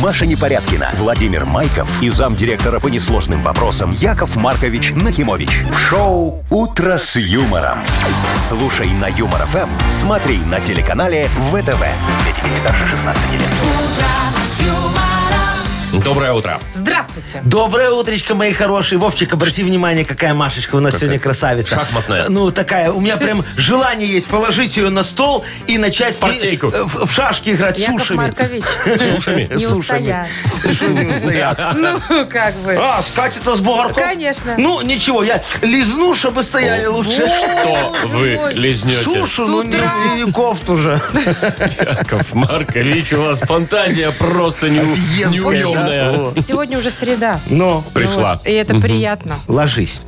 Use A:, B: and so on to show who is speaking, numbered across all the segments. A: Маша Непорядкина, Владимир Майков и замдиректора по несложным вопросам Яков Маркович Нахимович. В шоу «Утро с юмором». Слушай на Юмор ФМ, смотри на телеканале ВТВ. Для детей старше 16 лет.
B: Доброе утро.
C: Здравствуйте.
D: Доброе утречко, мои хорошие. Вовчик, обрати внимание, какая Машечка у нас сегодня красавица.
B: Шахматная.
D: Ну, такая. У меня прям желание есть положить ее на стол и начать в-
B: партейку.
D: э, в, в шашки играть с
C: Яков
D: сушами.
C: Маркович,
B: С ушами?
C: не
D: Сушами.
C: устоят.
D: Не устоят.
C: Ну, как вы.
D: А, скатится с бугорков?
C: Конечно.
D: Ну, ничего, я лизну, чтобы стояли лучше.
B: Что вы
C: Ой.
B: лизнете?
D: Сушу, ну,
C: С утра.
D: не, не кофту же.
B: Яков Маркович, у вас фантазия просто не,
D: Офигенская, Ну
B: неуемная.
D: да? О.
C: Сегодня уже среда.
D: Ну,
B: Пришла.
C: Вот, и это приятно.
D: ложись.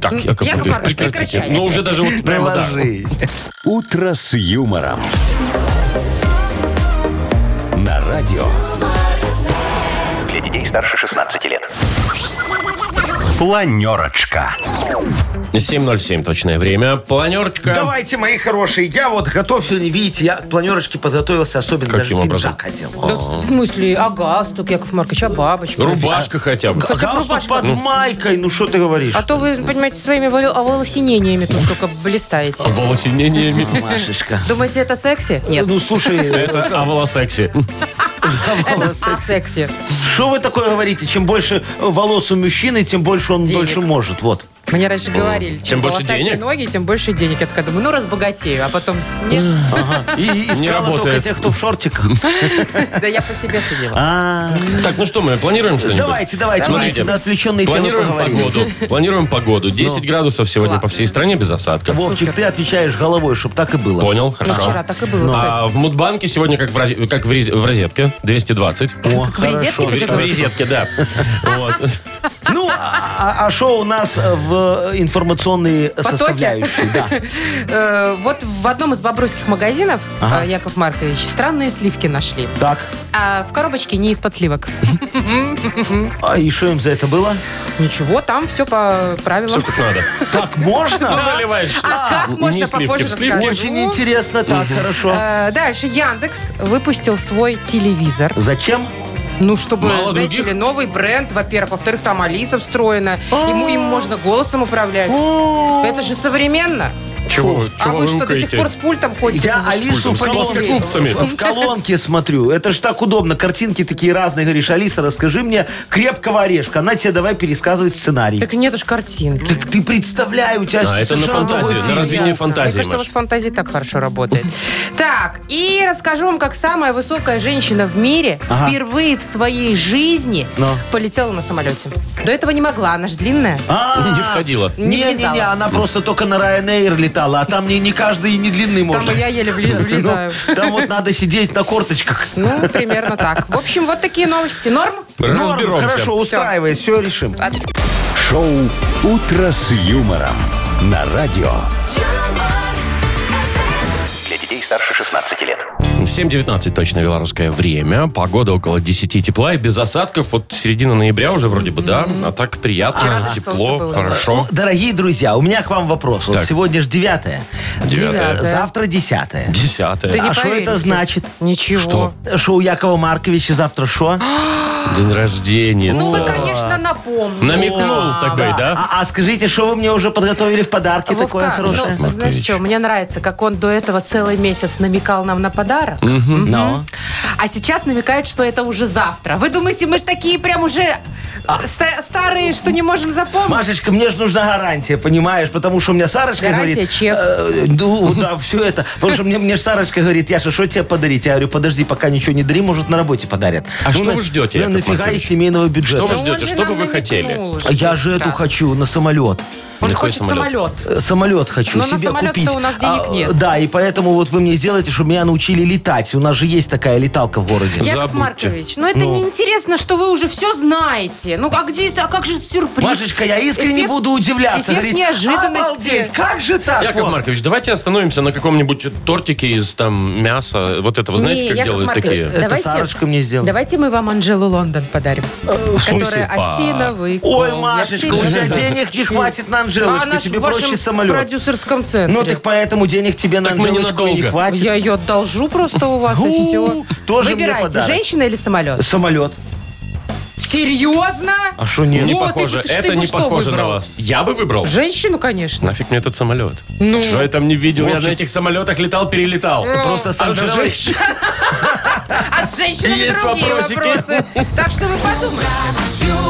B: Так, Яков,
C: Яков
B: Маркович,
C: Маркович,
B: прекратите.
C: прекращайте.
B: Ну, уже даже вот прямо да.
D: Ложись.
A: «Утро с юмором». На радио. Для детей старше 16 лет. Планерочка.
B: 7.07 точное время. Планерочка.
D: Давайте, мои хорошие. Я вот готов сегодня, видите, я к планерочке подготовился, особенно даже
B: Каким образом?
D: пиджак одел.
C: Да в смысле, а галстук, Яков Маркович, а бабочка?
B: Рубашка хотя бы.
C: Хотя бы
D: Галстук
C: рубашка.
D: под майкой, ну что ты говоришь?
C: А то вы, понимаете, своими волю- оволосинениями тут только блистаете.
B: Волосинениями.
D: Машечка.
C: Думаете, это секси? Нет,
D: Ну слушай,
B: Это оволосекси.
C: это а секси.
D: что вы такое говорите? Чем больше э, волос у мужчины, тем больше он
C: Денег.
D: больше может. Вот.
C: Мне раньше говорили,
B: Чем
C: чем
B: больше
C: волосатее
B: денег?
C: ноги, тем больше денег. Я такая думаю, ну разбогатею, а потом нет.
D: И и искала только
B: работает.
D: тех, кто в шортиках.
C: Да я по себе судила.
D: А,
B: Так, ну что, мы планируем что-нибудь?
D: Давайте, давайте,
B: Смотрите,
D: смотрите, на отвлеченные темы
B: Планируем
D: поговорим. Ну,
B: погоду. Планируем погоду. 10 градусов сегодня по
C: Класс.
B: всей стране без осадков.
D: Вовчик, ты отвечаешь головой, чтобы так и было.
B: Понял,
C: Ну,
B: хорошо.
C: вчера так и было, кстати.
B: А в Мудбанке сегодня как в, розе- как в, рез- в розетке 220.
D: О,
C: в резетке
B: В
D: хорошо.
C: или
B: ре- в розетке, да. Вот.
D: Ну, а что у нас э, в э, информационные составляющие? Да.
C: Э, Вот в одном из бобруйских магазинов,
D: Ага.
C: э, Яков Маркович, странные сливки нашли.
D: Так,
C: А в коробочке не из-под сливок.
D: а и что им за это было?
C: Ничего, там все по
B: Все
C: правилам.
B: как надо.
D: Так можно?
B: Заливаешь.
C: А как
B: Не
C: можно
B: сливки,
C: попозже
B: в сливки.
C: расскажу.
D: Очень интересно, так, хорошо.
C: Э, Дальше Яндекс выпустил свой телевизор.
D: Зачем?
C: Ну, чтобы,
B: Мало
C: знаете
B: других?
C: ли, новый бренд, во-первых. Во-вторых, там Алиса встроена. Ему им можно голосом управлять. Это же современно.
B: Чего вы-
C: А
B: чего
C: вы что, до сих
B: рукаете?
C: пор с пультом ходите?
D: Я Алису в
B: С плоскогубцами.
D: колонке, в колонке смотрю. Это же так удобно. Картинки такие разные. Говоришь, Алиса, расскажи мне крепкого орешка. Она тебе давай пересказывать сценарий.
C: Так нет уж картин.
D: Так ты представляю, у тебя
B: Да, это на
D: совершенно новый
B: фантазию, на
D: фильм.
B: развитие
C: Ясно.
B: фантазии,
C: Мне кажется, у
B: Маш.
C: вас фантазия так хорошо работает. Так, и расскажу вам, как самая высокая женщина в мире
D: Ага.
C: впервые в своей жизни
D: Ну.
C: полетела на самолете. До этого не могла, она же длинная.
D: А,
B: Не входила.
C: Не
D: Не-не-не,
C: влезала.
D: она просто только на Ryanair летала, а там не, не каждый и не длинный
C: Там
D: может.
C: и я еле вли- влезаю.
D: Ну, там вот надо сидеть на корточках.
C: Ну, примерно так. В общем, вот такие новости. Норм?
D: Норм,
B: Разберемся.
D: хорошо, устраивай, все решим.
A: Шоу «Утро с юмором» на радио. Для детей старше 16 лет.
B: 7.19 точно белорусское время. Погода около 10 тепла и без осадков. Вот середина ноября уже вроде бы, да? А так
C: Вчера
B: приятно,
C: даже солнце
B: тепло,
C: было.
B: хорошо.
D: Ну, Дорогие друзья, у меня к вам вопрос. Вот
B: Так.
D: сегодня же девятое,
C: Ну, Девятое.
B: Девятое.
D: завтра десятое.
C: Ты
B: Десятое.
C: не
D: А что
C: поверите.
D: это значит?
C: Ничего.
B: Что?
D: Что у Якова Марковича завтра шо?
B: День рождения.
C: Ну, вы, конечно, напомнили.
B: Намекнул такой, да?
D: А, а скажите, что вы мне уже подготовили в подарки такое
C: Вовка,
D: хорошее?
C: ну, знаешь
B: Маркович.
C: что, мне нравится, как он до этого целый месяц намекал нам на подарок,
D: Но.
C: а сейчас намекает, что это уже завтра. Вы думаете, мы ж такие прям уже э, ста- старые, что не можем запомнить?
D: Машечка, мне же нужна гарантия, понимаешь? Потому что у меня Сарочка
C: Гарантия,
D: говорит...
C: чек.
D: э, ну, да, все это. Потому что мне, мне ж Сарочка говорит, Яша, что тебе подарить? Я говорю, подожди, пока ничего не дари, может, на работе подарят.
B: А что
D: на-
B: вы ждете,
D: Ну,
B: Яков
D: нафига
B: Маркович?
D: из семейного
B: Что
D: бюджета?
B: вы
C: Ну, он
B: ждете?
C: же
B: Что бы
C: нам
B: вы хотели?
C: намекнул уже
D: А Я же эту
C: раз.
D: хочу на самолет.
C: Он же
B: Какой
C: хочет
B: самолет?
C: самолет.
D: Э, Самолет хочу
C: Но Ну, на
D: себе
C: самолет-то
D: купить.
C: у нас денег
D: А,
C: нет.
D: да, и поэтому вот вы мне сделаете, чтобы меня научили летать. У нас же есть такая леталка в городе.
B: Я-
C: Яков
B: Забудьте.
C: Маркович, ну это неинтересно, что вы уже все знаете. Ну а где, а как же сюрприз?
D: Машечка, я искренне
C: Эффект-
D: буду удивляться.
C: эффект
D: говорить,
C: неожиданности.
D: «Обалдеть, как же
C: а
D: так?
B: Яков
D: Вот.
B: Маркович, давайте остановимся на каком-нибудь тортике из там мяса. Вот этого, знаете,
C: Не,
B: как
C: Яков
B: делают
C: Маркович,
B: такие?
D: Это
C: давайте-
D: Сарочка мне сделала. Э,
C: Давайте мы вам Анжелу Лондон подарим. Которая
B: Спасибо. А.
C: осиновый кол.
B: ну,
D: Ой,
C: Я
D: Машечка, у
C: всегда
D: тебя
C: говорю.
D: денег не хватит
C: А
D: на Анжелочку,
C: она ж
D: тебе
C: в вашем
D: проще самолет.
C: продюсерском центре.
D: Ну так поэтому денег тебе на
B: Так мы
D: Анжелочку и не
B: ненадолго.
D: хватит.
C: Я ее одолжу просто у вас, и
D: Гу,
C: все.
D: А тоже мне
C: Выбирайте,
D: подарок.
C: женщина или самолет?
D: Самолет.
C: Серьезно?
D: А что нет?
B: Не
C: Вот, и
B: похоже.
C: ты- ты
B: Это
C: бы
B: не
C: что
B: похоже на
C: выбрал?
B: вас. Я бы выбрал.
C: Женщину, конечно.
B: Нафиг мне этот самолет?
C: Ну.
B: Что я там не видел? Я
D: Вовчик.
B: на этих самолетах летал, перелетал.
D: Просто
B: А
D: стал
B: что
D: давай-
B: же-
C: А с женщинами
B: Есть
C: другие
B: вопросики.
C: вопросы. Так что вы подумайте.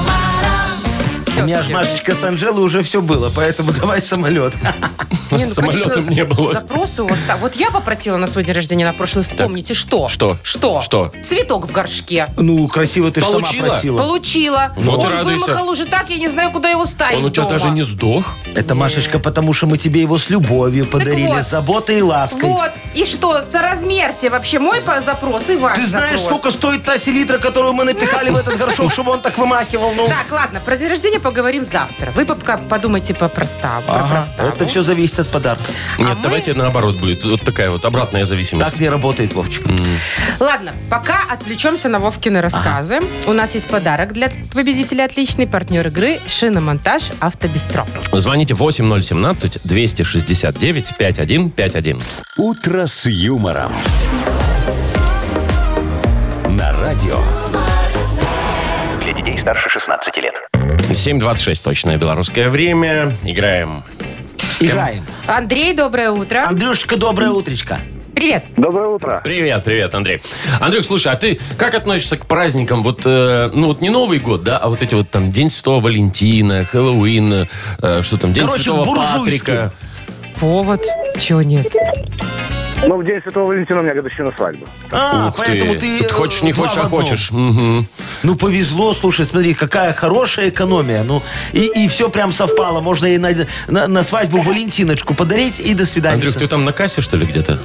C: ну,
D: У меня ж
C: Всё-таки.
D: Машечка с Анжелой уже все было, поэтому давай самолет.
C: Не, ну,
B: С
C: конечно,
B: самолетом не было.
C: Запросы у вас. та- Вот я попросила на свой день рождения на прошлый. Вспомните, что?
B: Что?
C: Что?
B: Что?
C: Цветок в горшке.
D: Ну, красиво ты ж сама
B: Получила?
D: просила.
C: Получила.
B: Ну, Вот и
C: Он
B: радуйся.
C: вымахал уже так, я не знаю, куда его ставить
B: Он у тебя
C: дома.
B: даже не сдох?
D: Это, Машечка, потому что мы тебе его с любовью подарили,
C: вот.
D: с заботой и лаской.
C: Вот. И что, соразмерьте вообще мой по- запрос и ваш
D: Ты знаешь,
C: запрос.
D: сколько стоит та селитра, которую мы напихали в этот горшок, чтобы он так вымахивал? Ну,
C: Так, ладно, про день рождения поговорим завтра. Вы пока подумайте по проставу. про
D: Ага,
C: проставу.
D: это все зависит от подарка.
B: Нет,
C: А мы-
B: давайте наоборот будет. Вот такая вот обратная зависимость.
D: Так не работает, Вовчик.
C: Ладно, пока отвлечемся на Вовкины рассказы. У нас есть подарок для победителя отличный, партнер игры «Шиномонтаж Автобестро».
B: Звоните 8017-269-5151.
A: «Утро с юмором». На радио. Для детей старше 16 лет.
B: 7.26 точное белорусское время. Играем.
D: Играем.
C: Андрей, доброе утро.
D: Андрюшечка, доброе утречко.
C: Привет.
E: Доброе утро.
B: Привет, привет, Андрей. Андрюх, слушай, а ты как относишься к праздникам? Вот, э, ну вот не Новый год, да, а вот эти вот там День Святого Валентина, Хэллоуин, э, что там, День
D: Короче,
B: Святого
D: буржуйским.
B: Патрика.
C: Повод. Чего нет?
E: Ну, в день Святого Валентина у меня годовщина свадьбы.
D: А,
B: Ух
D: поэтому
B: ты.
D: ты...
B: Тут
D: э,
B: хочешь, не
D: два
B: хочешь,
D: в
B: а
D: одном.
B: хочешь. Мгм.
D: Ну, повезло, слушай, смотри, какая хорошая экономия. Ну, и, и все прям совпало. Можно и на, на, на свадьбу Валентиночку подарить, и до свидания.
B: Андрюх, ты там на кассе, что ли, где-то?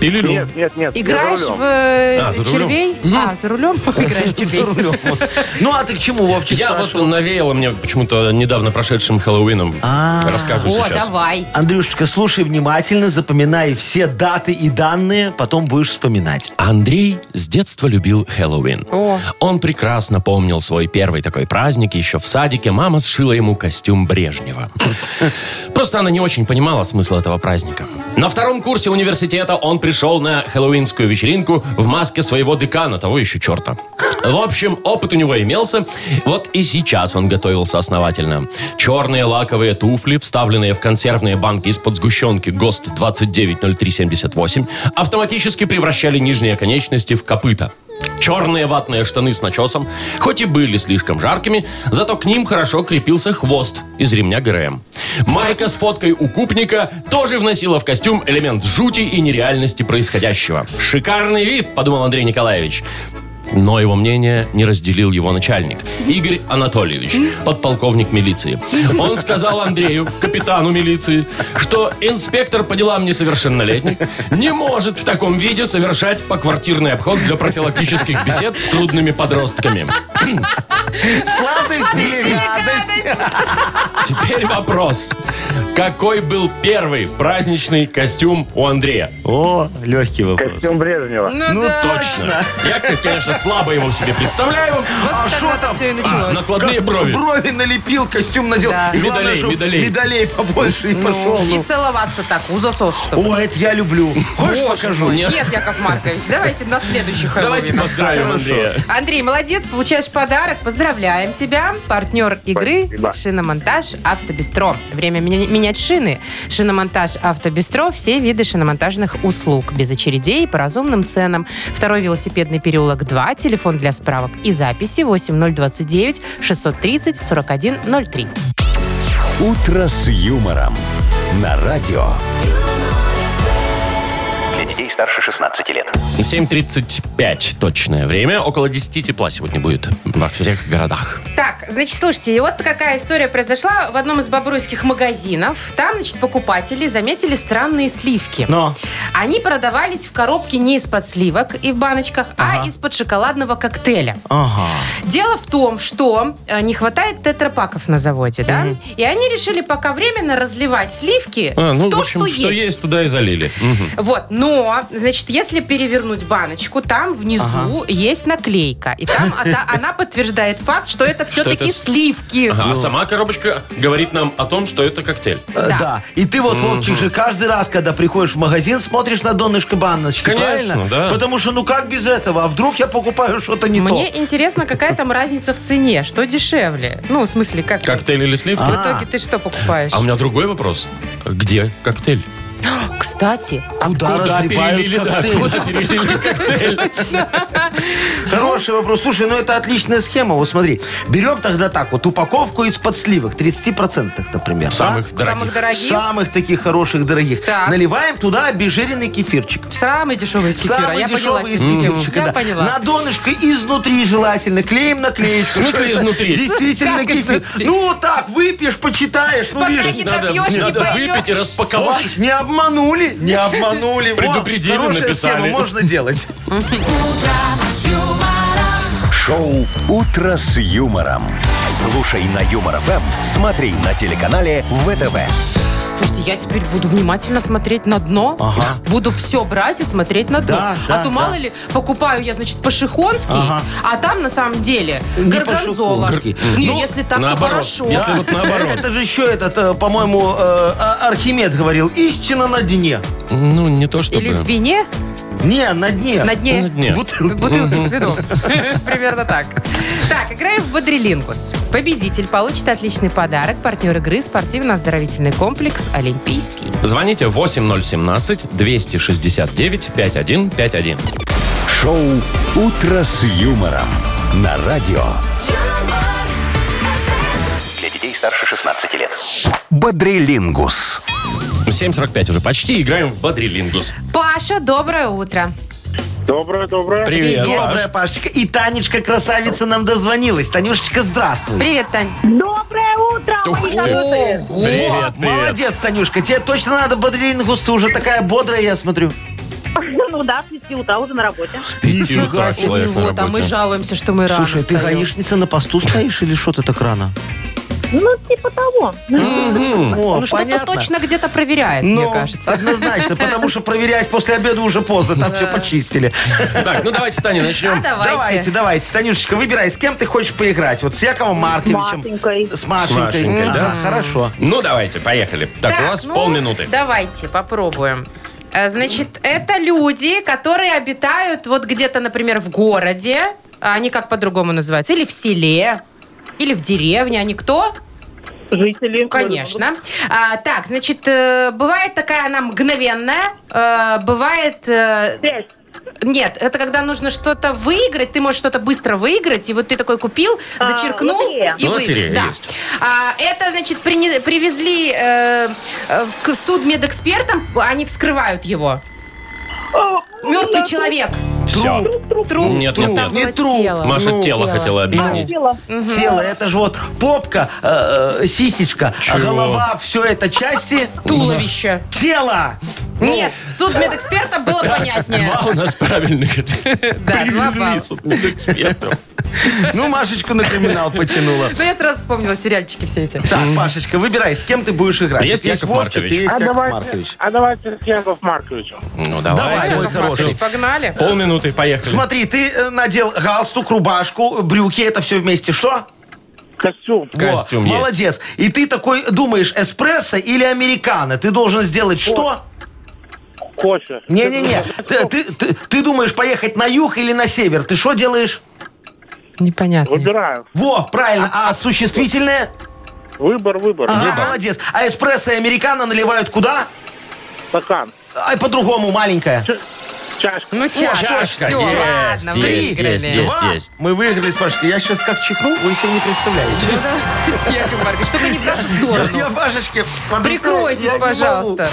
B: Пилюлю?
E: Нет, нет, нет. я
C: Играешь
E: за
C: в
E: рулем.
C: э,
B: А, за рулем?
C: червей? А, за рулем играешь в червей.
D: Ну, а ты к чему, Вовчик,
B: Я вот
D: спрашивал?
B: навеяло мне почему-то недавно прошедшим Хэллоуином.
D: А.
B: Расскажу
C: О,
B: сейчас.
C: давай.
D: Андрюшечка, слушай внимательно, запоминай все даты и данные, потом будешь вспоминать.
B: Андрей с детства любил Хэллоуин.
C: О.
B: Он прекрасно помнил свой первый такой праздник. Еще в садике мама сшила ему костюм Брежнева. Просто она не очень понимала смысл этого праздника. На втором курсе университета он пришел на хэллоуинскую вечеринку в маске своего декана, того еще черта. В общем, опыт у него имелся. Вот и сейчас он готовился основательно. Черные лаковые туфли, вставленные в консервные банки из-под сгущенки ГОСТ 290378, автоматически превращали нижние конечности в копыта. Черные ватные штаны с начесом, хоть и были слишком жаркими, зато к ним хорошо крепился хвост из ремня ГРМ. Майка с фоткой укупника тоже вносила в костюм элемент жути и нереальности происходящего. «Шикарный вид», — подумал Андрей Николаевич. Но его мнение не разделил его начальник. Игорь Анатольевич, подполковник милиции. Он сказал Андрею, капитану милиции, что инспектор по делам несовершеннолетних не может в таком виде совершать поквартирный обход для профилактических бесед с трудными подростками.
D: Сладость или
B: Теперь вопрос. Какой был первый праздничный костюм у Андрея? Ну,
D: О, легкий вопрос.
E: Костюм Брежнева.
D: Ну, точно.
B: Я, конечно, слабо его себе представляю.
D: А
C: тогда
D: что
C: это
D: там?
C: все и
B: А,
C: началось.
B: накладные брови.
D: Брови налепил, костюм надел.
C: Да.
D: И главное,
B: Медалей,
D: чтоб
B: медалей.
D: медалей побольше и
C: Ну,
D: пошел.
C: И целоваться так, у засос, чтобы.
D: О, это я люблю. Хочешь, покажу?
B: Нет.
C: Нет, Яков Маркович, давайте на следующий
B: Давайте
C: Хэллоуин.
B: поздравим Андрея.
C: Андрей, молодец, получаешь подарок. Поздравляем тебя. Партнер игры
E: Спасибо.
C: «Шиномонтаж Автобестро». Время меня- менять шины. «Шиномонтаж Автобестро» – все виды шиномонтажных услуг. Без очередей, по разумным ценам. Второй велосипедный переулок 2, телефон для справок и записи 8029 630 4103.
A: «Утро с юмором». На радио.
F: Для детей старше 16 лет.
B: 7.35 точное время. Около 10 тепла сегодня будет во всех городах.
C: Так, значит, слушайте, и вот какая история произошла в одном из бобруйских магазинов. Там, значит, покупатели заметили странные сливки.
D: Но.
C: Они продавались в коробке не из-под сливок и в баночках, а из-под шоколадного коктейля.
D: Ага.
C: Дело в том, что э, не хватает тетрапаков на заводе, да? И они решили пока временно разливать сливки
B: А, ну,
C: в то,
B: в общем,
C: что,
B: что есть. туда и залили. Мгм.
C: Вот, но Но, значит, если перевернуть баночку, там внизу есть наклейка. И там она, она подтверждает факт, что это все-таки
B: это с-
C: сливки. Ну,
B: Ага, а сама коробочка говорит нам о том, что это коктейль.
D: Э,
C: Да.
D: Да. И ты вот, Вовчик, же каждый раз, когда приходишь в магазин, смотришь на донышко баночки,
B: Конечно,
D: правильно?
B: да.
D: Потому что ну как без этого? А вдруг я покупаю что-то не
C: Мне
D: то?
C: интересно, какая там разница в цене, что дешевле. Ну, в смысле, как,
B: Коктейль или сливки?
C: в
B: А,
C: итоге ты что покупаешь?
B: у меня другой вопрос. Где коктейль?
C: Кстати,
D: Куда, разливают
B: да,
D: коктейль?
B: куда перелили коктейль?
D: Хороший вопрос. Слушай, ну это отличная схема. Вот смотри, берем тогда так, вот упаковку из-под сливок, 30% например. да?
B: Самых
C: самых
B: дорогих.
C: дорогих,
D: Самых таких хороших, дорогих.
C: Так.
D: Наливаем туда обезжиренный кефирчик.
C: самый дешевый из кефира.
D: Самый
C: я поняла.
D: дешевый из
C: тебя.
D: кефирчика,
C: Я
D: да.
C: поняла.
D: На донышко изнутри желательно. Клеим наклеечку.
B: В смысле
D: Это
B: изнутри?
D: Действительно
C: Как
D: кефир.
C: изнутри?
D: Ну вот так, выпьешь, почитаешь, ну
C: Пока
D: видишь.
C: не
B: Надо,
C: добьешь, не
B: надо выпить и
C: поймешь.
B: распаковать.
D: Вовчик, Не обманули, не обманули. Во,
B: Предупредили,
D: Хорошая
B: написали.
D: схема, можно делать.
A: Шоу «Утро с юмором». Слушай на Юмор ФМ, смотри на телеканале ВТВ.
C: Слушайте, я теперь буду внимательно смотреть на дно.
D: Ага.
C: Буду все брать и смотреть на дно.
D: Да,
C: а
D: да,
C: то,
D: да.
C: мало ли, покупаю я, значит, пашихонский,
D: Ага.
C: а там, на самом деле,
D: Не
C: горгонзола.
D: пашихонский.
C: Не,
D: Ну,
C: если так, то
B: наоборот.
C: хорошо.
B: Если вот наоборот.
D: Это же еще этот, э, по-моему, э, а- Архимед говорил, истина на дне.
B: Ну, не то чтобы.
C: Или в вине,
D: Не, на дне.
C: на дне
B: На дне. Нет.
D: Бутылка.
C: бутылка с вином. Примерно так. Так, играем в Бодрилингус. Победитель получит отличный подарок. Партнер игры – спортивно-оздоровительный комплекс «Олимпийский».
B: Звоните 8017-269-5151.
A: Шоу «Утро с юмором» на радио
G: юмор,
F: Для детей старше 16 лет.
A: «Бодрилингус».
B: 7.45 уже почти. Играем в Бодрилингус.
C: Паша, доброе утро.
E: Доброе, доброе.
B: Привет,
C: Привет.
B: Паш.
D: Добрая Пашечка. И Танечка, красавица, нам дозвонилась. Танюшечка, здравствуй.
C: Привет, Тань.
H: Доброе утро,
B: Ух
H: мои
B: ты.
H: хорошие.
C: Ого.
B: Привет, привет.
D: Молодец, Танюшка. Тебе точно надо бодрилингус. Ты уже такая бодрая, я смотрю.
H: Ну да, с 5 утра уже на работе.
B: С пяти
D: Нифига
B: утра
D: себе.
B: человек на
C: Вот, а мы
B: работе.
C: жалуемся, что мы рано
D: Слушай, ты
C: встаем.
D: гаишница на посту стоишь или что ты так рано?
H: Ну, типа того.
B: Мгм.
D: О,
C: Ну, что-то точно где-то проверяет,
D: Ну,
C: мне кажется.
D: однозначно, потому что проверять после обеда уже поздно, там все почистили.
B: Так, ну давайте, Таня,
C: А
B: начнем.
D: Давайте,
C: давайте.
D: давайте. Танюшечка, выбирай, с кем ты хочешь поиграть. Вот с Яковом Марковичем.
H: Матенькой.
D: С Машенькой.
B: С Машенькой,
D: Ага,
B: да.
D: Хорошо.
B: Ну давайте, поехали. Так, у вас
C: ну,
B: полминуты.
C: Давайте, попробуем. Э, Значит, это люди, которые обитают вот где-то, например, в городе, а они как по-другому называются, или в селе, или в деревне, они кто?
H: Жители.
C: Ну, Конечно. А, так, значит, э, бывает такая она мгновенная, э, бывает э,
H: Связь.
C: Нет, это когда нужно что-то выиграть, ты можешь что-то быстро выиграть, и вот ты такой купил,
H: А,
C: зачеркнул
H: лотерея.
C: и
B: Ну, лотерея
C: выиграл. Да.
B: есть.
C: А, это, значит, прине- привезли э, э, в- к судмедэкспертам, они вскрывают его.
H: О,
C: Мертвый
H: ну,
C: человек.
B: Все.
C: Труп.
B: Нет, нет,
C: Ну, там
B: нет.
D: Не
C: было
D: труп.
C: тело.
B: Маша
D: Ну,
B: тело
C: тело.
B: хотела
H: а,
B: объяснить.
H: дело.
D: Тело, это же вот попка, э, э, сисечка,
B: Чего?
D: голова, все это части
C: Туловище.
D: тела.
H: Ну.
C: Нет, судмедэксперта было понятнее.
B: Два у нас правильных. Привезли
C: балла.
B: судмедэкспертов.
D: Ну, Машечку на криминал потянула.
C: Ну, я сразу вспомнила сериальчики все эти.
D: Так, Пашечка, выбирай, с кем ты будешь играть.
B: А Есть Яков
D: Вовчик,
B: Маркович.
D: Есть
E: А
D: Яков
E: давайте,
D: Маркович.
E: а давайте с Яков Марковичем.
B: Ну
D: Давай,
B: давайте.
D: мой хороший.
C: Погнали.
B: Полминуты, поехали.
D: Смотри, ты э, надел галстук, рубашку, брюки, это все вместе. Что?
E: Костюм.
D: Во,
B: Костюм есть.
D: Молодец. И ты такой думаешь, эспрессо или американо? Ты должен сделать что?
E: Кофе.
D: Не-не-не. Ты, ты- ты- ты думаешь поехать на юг или на север? Ты что делаешь?
C: Непонятно.
E: Выбираю.
D: Во, правильно. А существительное?
E: Выбор, выбор.
D: Ага, молодец. А эспрессо и американо наливают куда?
E: Стакан.
D: Ай, по-другому, маленькая.
E: Чашка.
C: Ну, чашка,
D: чашка,
C: все,
D: есть,
C: ладно,
B: есть,
C: выиграли.
B: есть, есть.
D: Мы выиграли с Пашкой. Я сейчас как чихну, вы себе не представляете.
C: Ну, давайте, Яков Маркович, только не в нашу сторону.
D: Я Пашечке
C: Прикройтесь,
D: я не
C: пожалуйста.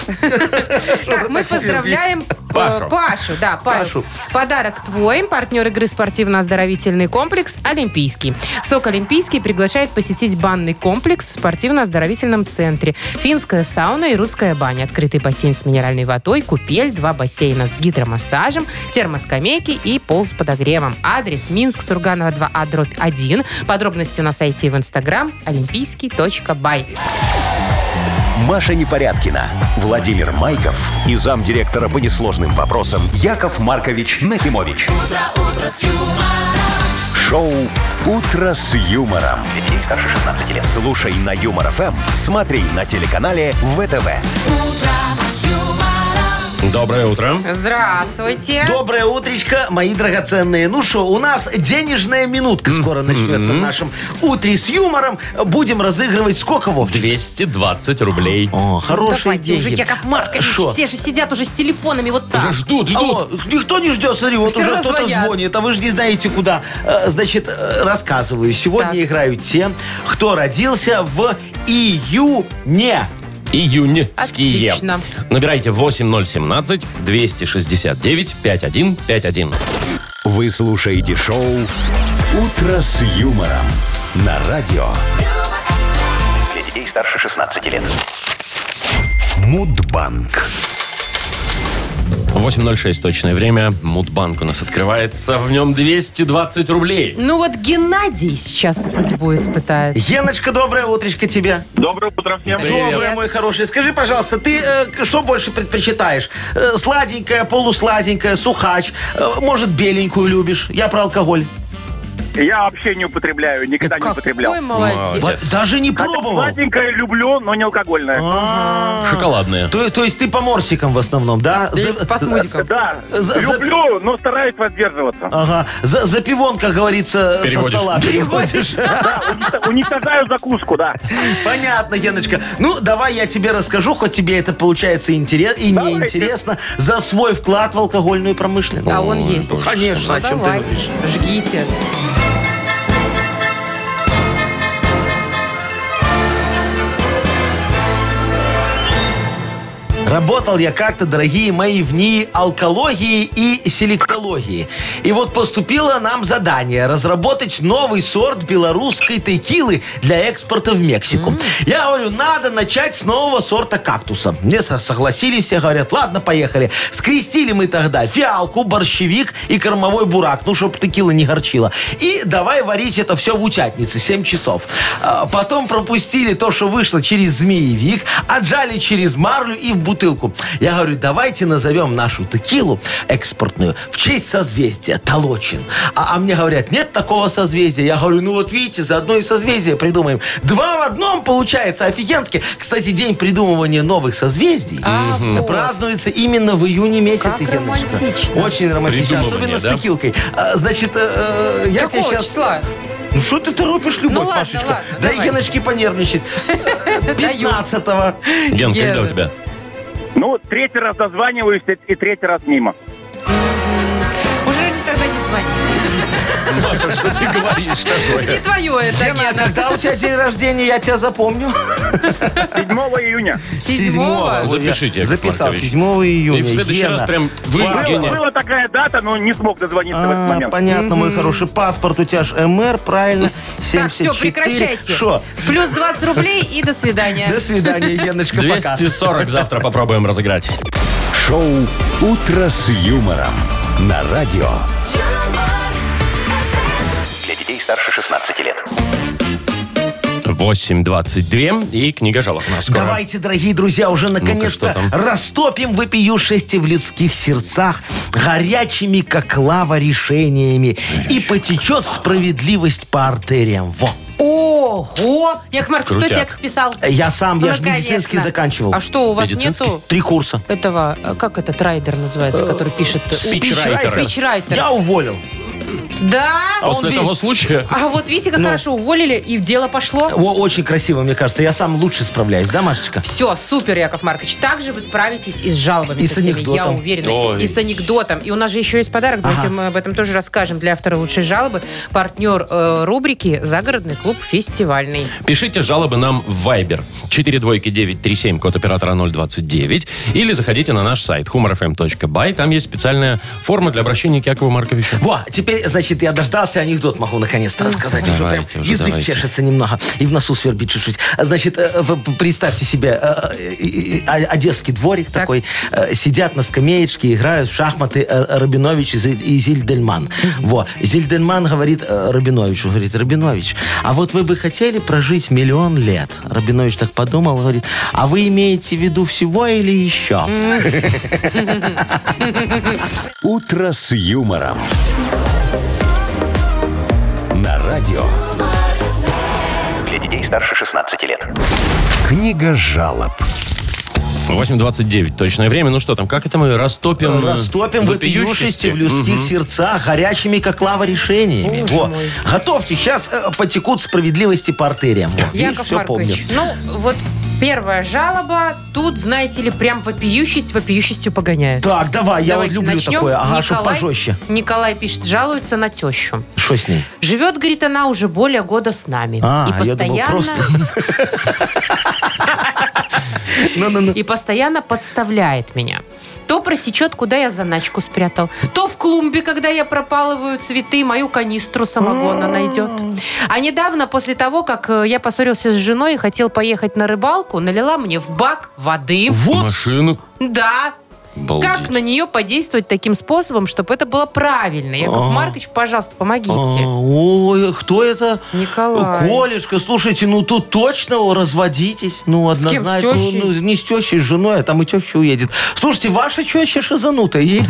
C: Так, мы
D: так свербит?
C: поздравляем э,
B: Пашу.
C: Пашу. Да, Пашу.
D: Пашу.
C: Подарок твой. Партнер игры спортивно-оздоровительный комплекс «Олимпийский». «Сок Олимпийский» приглашает посетить банный комплекс в спортивно-оздоровительном центре. Финская сауна и русская баня. Открытый бассейн с минеральной водой, купель, два бассейна с гидромассажем, термоскамейки и пол с подогревом. Адрес Минск, Сурганова 2А, дробь 1. Подробности на сайте и в инстаграм олимпийский.бай.
A: Маша Непорядкина, Владимир Майков и замдиректора по несложным вопросам Яков Маркович Нахимович. Шоу Утро с юмором.
F: Для детей старше 16 лет.
A: Слушай на Юмор ФМ, смотри на телеканале ВТВ.
B: Доброе утро.
C: Здравствуйте.
D: Доброе утречко, мои драгоценные. Ну что, у нас денежная минутка скоро начнется в нашем утре с юмором. Будем разыгрывать сколько, Вовчик?
B: 220 рублей.
D: О, хорошие
C: Давайте уже,
D: деньги.
C: Яков Маркович,
D: Шо?
C: все же сидят уже с телефонами вот так.
B: Уже ждут, ждут.
D: Алло, никто не ждет, смотри, А вот
C: Все
D: уже кто-то
C: звонят.
D: звонит, а вы же не знаете куда. Э, Значит, э, рассказываю. Сегодня
C: Так.
D: играют те, кто родился в июне.
B: Июньские.
C: Отлично.
B: Набирайте 8017 269 5151.
A: Вы слушаете шоу Утро с юмором на радио
F: Для детей старше 16 лет.
A: Мудбанк.
B: 8.06 точное время. Мудбанк у нас открывается. В нем 220 рублей.
C: Ну вот Геннадий сейчас судьбу испытает.
D: Геночка, доброе утречко тебе.
G: Доброе утро всем.
B: Привет.
D: Доброе, мой хороший. Скажи, пожалуйста, ты э, к- что больше предпочитаешь? Э, сладенькое, полусладенькое, сухач? Э, может, беленькую любишь? Я про алкоголь.
G: Я вообще не употребляю, никогда не употреблял.
C: Какой молодец.
D: Вот даже
C: А
D: не
G: Хотя
D: пробовал. А.
G: Сладенькое люблю, но не алкогольное.
B: Шоколадные.
D: То, то есть ты по морсикам в основном, да?
C: Или
D: За-
C: Э, По
D: э,
C: смузикам.
G: Да,
D: За- за-
G: люблю, но стараюсь воздерживаться.
D: Ага, за, за пивон, как говорится,
B: Переводишь.
D: со стола переводишь.
G: Да, уничто- уничтожаю закуску, да.
D: Понятно, Геночка. Ну, давай я тебе расскажу, хоть тебе это получается интерес и неинтересно, за свой вклад в алкогольную промышленность.
C: А он есть. Ну,
D: Конечно, о чем ты
C: давайте,
D: говоришь.
C: жгите.
D: Работал я как-то, дорогие мои, в НИИ алкологии и селектологии. И вот поступило нам задание разработать новый сорт белорусской текилы для экспорта в Мексику. Я говорю, надо начать с нового сорта кактуса. Мне со- согласились все, говорят, ладно, поехали. Скрестили мы тогда фиалку, борщевик и кормовой бурак, ну, чтобы текила не горчила. И давай варить это все в утятнице, 7 часов. А, Потом пропустили то, что вышло через змеевик, отжали через марлю и в бутылку. Я говорю, давайте назовем нашу текилу экспортную в честь созвездия Толочин. А, а мне говорят, нет такого созвездия. Я говорю, ну вот видите, заодно и созвездие придумаем. Два в одном получается офигенски. Кстати, день придумывания новых созвездий
C: А, вот.
D: празднуется именно в июне месяце.
C: Как
D: Геночка.
C: романтично.
D: Очень романтично,
B: Придумывание,
D: особенно с
B: да?
D: текилкой. А, Значит, э, э, я тебе
C: Какого
D: сейчас...
C: числа?
D: Ну что ты торопишь, Любовь,
C: Ну ладно,
D: Машечка?
C: ладно,
D: Дай
C: давай.
D: Геночке понервничать. 15-го.
B: Ген,
C: Гена.
B: когда у тебя?
G: Ну, третий раз дозваниваюсь и- и третий раз мимо.
C: Уже не тогда не звони.
B: Маша, что ты говоришь
C: Не
B: такое?
C: твое это,
D: Гена,
C: Гена.
D: А когда у тебя день рождения, я тебя запомню.
G: 7 июня.
C: Седьмого.
D: Вот я
B: Запишите, Яков
D: Записал,
B: Маркович.
D: 7 июня.
B: И в следующий раз
D: Гена.
B: прям вы,
D: Паспорт.
B: Геня.
G: Была такая дата, но не смог дозвониться в этот
D: А,
G: момент.
D: понятно, мой хороший. Паспорт у тебя же МР, правильно? 74.
C: Так, все, прекращайте.
D: Шо?
C: Плюс 20 рублей и до свидания.
D: До свидания, Геночка, пока.
B: 240 завтра попробуем разыграть.
A: Шоу Утро с юмором на радио
I: юмор,
F: Для детей старше 16 лет.
B: 8.22 и книга жалоб у нас скоро.
D: Давайте, дорогие друзья, уже
B: что
D: наконец-то
B: там?
D: растопим вопиюшести в людских сердцах горячими, как лава, решениями. И потечет справедливость по артериям. Во!
C: Ого! Яков Маркович, кто
B: Крутяк.
C: текст писал?
D: Я сам, я же
C: Ну,
D: медицинский
C: конечно.
D: заканчивал.
C: А что, у вас
B: Медицинский?
C: нету
D: Три курса.
C: этого, э, как этот райдер называется, который пишет... э,
B: Спичрайтер.
C: Спичрайтер.
D: Я А уволил.
C: Да?
B: После
D: он
B: того
D: ведь-
B: случая
C: А вот видите, как
D: Ну.
C: хорошо уволили, и дело пошло.
D: Во, очень красиво, мне кажется. Я сам лучше справляюсь, да, Машечка?
C: Все, супер, Яков Маркович. Также вы справитесь и с жалобами.
D: И
C: со
D: с
C: всеми, Я
D: анекдотом.
C: уверена.
B: Ой.
C: И с анекдотом. И у нас же еще есть подарок. Давайте
D: Ага.
C: мы об этом тоже расскажем. Для автора лучшей жалобы партнер э, рубрики «Загородный клуб фестивальный».
B: пишите жалобы нам в Viber 42937, код оператора 029, или заходите на наш сайт humorfm.by. Там есть специальная форма для обращения к Якову Марковичу.
D: Во, теперь теперь, значит, я дождался, анекдот могу наконец-то рассказать.
B: Ну, давайте
D: Уже прям
B: уже,
D: Язык
B: давайте.
D: чешется немного и в носу свербит чуть-чуть. А, Значит, э, вы п- представьте себе, э, э, э, э, одесский дворик такой, э, сидят на скамеечке, играют в шахматы э, Рабинович и Зиль- и Зильдельман. Во. Зильдельман говорит э, Рабиновичу, говорит, Рабинович, а вот вы бы хотели прожить миллион лет? Рабинович так подумал, говорит, а вы имеете в виду всего или еще?
A: «Утро с юмором». На радио.
F: Для детей старше 16 лет.
A: Книга жалоб.
B: 8.29 точное время. Ну что там, как это мы растопим? э,
D: Растопим вопиюшисти в людских
B: Мгм.
D: сердцах горячими, как лава, решениями. Во. Готовьте, сейчас потекут справедливости по артериям. Во. Видишь,
C: Яков
D: все
C: Маркович,
D: помню.
C: ну вот первая жалоба, тут, знаете ли, прям вопиющесть вопиющестью погоняет.
D: Так, давай, я вот
C: Давайте
D: люблю
C: начнем.
D: такое. Ага, чтоб
C: Николай,
D: пожестче.
C: Николай пишет, жалуется на тещу.
D: Что с ней?
C: Живет, говорит, она уже более года с нами.
D: А,
C: и
D: я
C: постоянно,
D: думал, просто. Ну-ну-ну.
C: и постоянно подставляет меня. То просечет, куда я заначку спрятал. То в клумбе, когда я пропалываю цветы, мою канистру самогона найдет. А недавно, после того, как э, я поссорился с женой и хотел поехать на рыбалку, налила мне в бак воды.
D: Вот.
B: Машину.
C: Да, как на
B: Обалдеть.
C: нее подействовать таким способом, чтобы это было правильно? Яков
D: Ага.
C: Маркович, пожалуйста,
D: А,
C: помогите.
D: Ой, кто это?
C: Николай.
D: Колешка, слушайте, ну тут точно о, разводитесь. Ну,
C: С кем, с
D: однозначно. Ну,
C: тещей?
D: ну, не с тещей, с женой, а там и теща уедет. Слушайте, ваша теща шизанутая, ей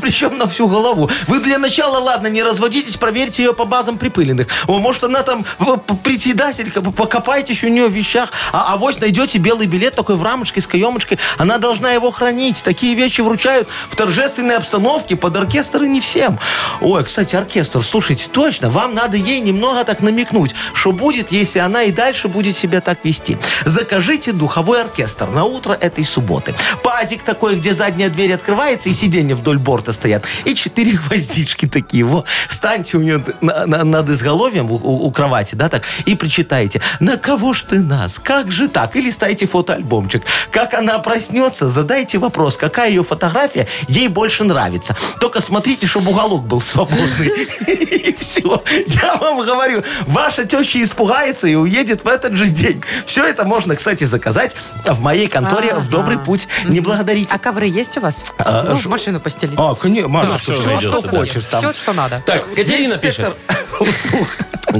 D: Причем на всю голову. Вы для начала, ладно, не разводитесь, проверьте ее по базам припыленных. О, может, она там в- п- председателька, п- покопайтесь у нее в вещах, а авось найдете белый билет такой в рамочке с каемочкой. Она должна его хранить. Такие вещи вручают в торжественной обстановке под оркестр и не всем. Ой, кстати, оркестр, слушайте, точно, вам надо ей немного так намекнуть, что будет, если она и дальше будет себя так вести. Закажите духовой оркестр на утро этой субботы. Пазик такой, где задняя дверь открывается и сиденья вдоль борта стоят. И четыре гвоздички такие. Во. Станьте у нее на- на- над изголовьем у, у- у кровати, да, так, и причитайте. На кого ж ты нас? Как же так? Или ставите фотоальбомчик. Как она проснется, задайте вопрос, какая ее фотография ей больше нравится. Только смотрите, чтобы уголок был свободный. И все. Я вам говорю, ваша теща испугается и уедет в этот же день. Все это можно, кстати, заказать в моей конторе в Добрый Путь. Не благодарите.
C: А ковры есть у вас? Ну, в машину постелить.
D: А, конечно, Маша,
B: всё
D: все, что
B: найдется, да.
D: хочешь там.
C: Все, что надо.
B: Так, Катерина пишет.
D: Услуг.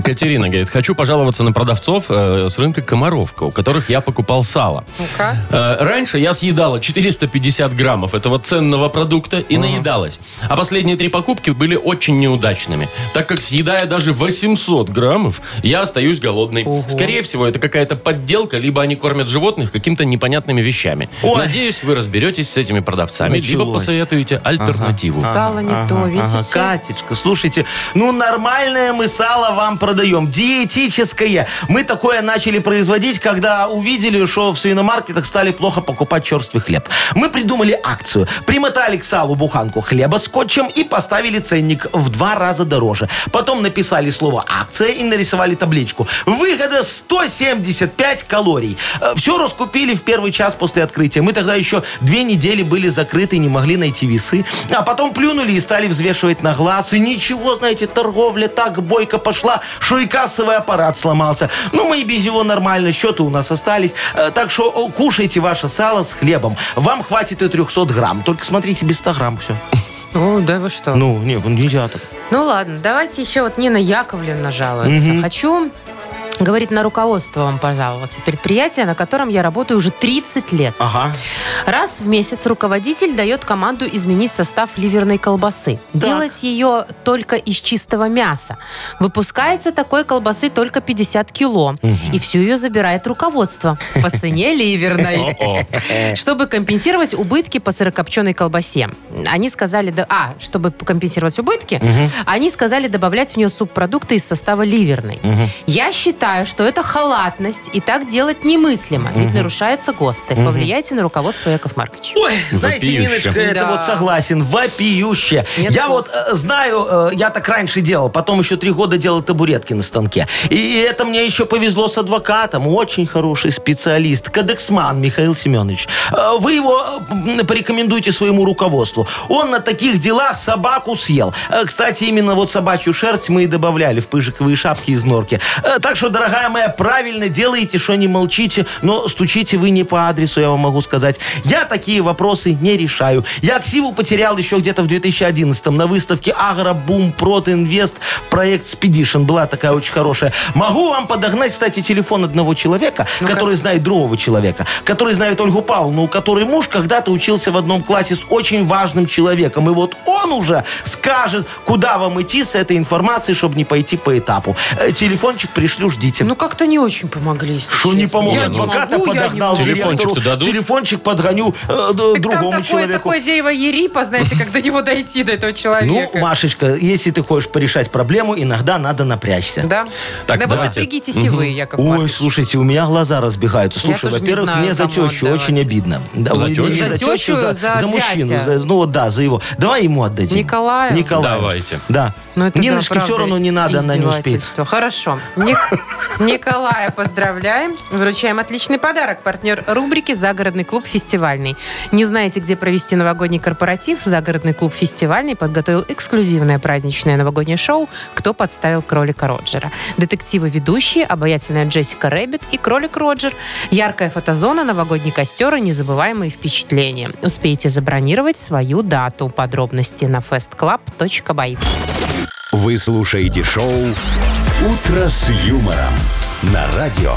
B: Катерина говорит, хочу пожаловаться на продавцов э, с рынка Комаровка, у которых я покупал сало.
C: Ну-ка.
B: Э, Раньше я съедала 450 граммов этого ценного продукта и наедалась. А последние три покупки были очень неудачными. Так как съедая даже 800 граммов, я остаюсь голодной.
C: Ого.
B: Скорее всего, это какая-то подделка, либо они кормят животных какими-то непонятными вещами.
D: Ой.
B: Надеюсь, вы разберетесь с этими продавцами, либо
D: Началось.
B: посоветуете альтернативу.
C: Сало не то,
D: Ага,
C: видите?
D: Катечка, слушайте, ну нормальное мы сало вам продаем, диетическое. Мы такое начали производить, когда увидели, что в свиномаркетах стали плохо покупать черствый хлеб. Мы придумали акцию, примотали к салу буханку хлеба скотчем и поставили ценник в два раза дороже. Потом написали слово «акция» и нарисовали табличку. Выгода 175 калорий. Все раскупили в первый час после открытия. Мы тогда еще две недели были закрыты, не могли найти весы. А потом плюнули и стали взвешивать на глаз. И ничего, знаете, торговля так бойко пошла, что и кассовый аппарат сломался. Ну, мы и без его нормально, счеты у нас остались. Э, Так что о, кушайте ваше сало с хлебом. Вам хватит и 300 грамм. Только смотрите, без 100 грамм все.
C: О, да вы что? Ну,
D: Ну, не, ну, нельзя так.
C: ладно, давайте еще вот Нина Яковлевна жалуется. Хочу... Говорит, на руководство вам пожаловаться. Предприятие, на котором я работаю уже 30 лет.
D: Ага.
C: Раз в месяц руководитель дает команду изменить состав ливерной колбасы. Делать ее только из чистого мяса. Выпускается такой колбасы только 50 кило. И всю ее забирает руководство по цене ливерной.
B: О-о.
C: Чтобы компенсировать убытки по сырокопченой колбасе. Они сказали... да- А, чтобы компенсировать убытки, они сказали добавлять в нее субпродукты из состава ливерной. Я считаю, считаю, что это халатность, и так делать немыслимо, ведь нарушаются ГОСТы. Повлияйте на руководство, Яков Маркович.
D: Ой, знаете,
B: Вопиюще.
D: Ниночка, это
C: Да.
D: вот согласен, вопиюще.
C: Нет
D: я
C: слов.
D: вот э, знаю, э, я так раньше делал, потом еще три года делал табуретки на станке. И это мне еще повезло с адвокатом, очень хороший специалист, кадексман Михаил Семенович. Э, Вы его э, порекомендуйте своему руководству. Он на таких делах собаку съел. Э, Кстати, именно вот собачью шерсть мы и добавляли в пыжиковые шапки из норки. Э, Так что, дорогая моя, правильно делаете, что не молчите, но стучите вы не по адресу, я вам могу сказать. Я такие вопросы не решаю. Я ксиву потерял еще где-то в 2011 на выставке Агробум Протинвест проект Спидишн. Была такая очень хорошая. Могу вам подогнать, кстати, телефон одного человека, который знает другого человека, который знает Ольгу Павловну, у которой муж когда-то учился в одном классе с очень важным человеком. И вот он уже скажет, куда вам идти с этой информацией, чтобы не пойти по этапу. Э, Телефончик пришлю, ждите.
C: Ну, как-то не очень помогли, если
D: Что не
C: честно.
D: помог?
C: Я не
D: Адвоката
C: могу, я не
D: подогнал
C: могу.
B: Телефончик-то
D: директору.
B: дадут?
D: Телефончик подгоню э, д-
C: Так там
D: другому
C: такое,
D: человеку.
C: такое дерево ерипа, знаете, как до него дойти, до этого
D: Ну,
C: человека.
D: Машечка, если ты хочешь порешать проблему, иногда надо напрячься.
C: Да.
B: Так,
C: да вот
B: давайте.
C: напрягитесь и вы, Яков
D: Ой,
C: Маркович.
D: слушайте, у меня глаза разбегаются. Слушай,
C: тоже не
D: во-первых,
C: знаю,
D: мне за
C: кому
D: тещу
C: отдавать.
D: очень обидно. Да,
B: За
D: не
B: тещу?
C: За тещу, за
D: мужчину.
C: зятя.
D: за- ну вот да, за его. Давай ему отдадим.
C: Николаю?
D: Николаю.
B: Давайте.
D: Да.
C: Ну, это да,
D: Ниночке
C: правда,
D: все равно не надо, она не успеет.
C: издевательство. Хорошо. Ник- Николая поздравляем. Вручаем отличный подарок. Партнер рубрики «Загородный клуб фестивальный». Не знаете, где провести новогодний корпоратив? «Загородный клуб фестивальный» подготовил эксклюзивное праздничное новогоднее шоу «Кто подставил кролика Роджера». Детективы-ведущие, обаятельная Джессика Рэббит и кролик Роджер. Яркая фотозона, новогодний костер и незабываемые впечатления. Успейте забронировать свою дату. Подробности на festclub.by.
A: Вы слушаете шоу «Утро с юмором» на радио.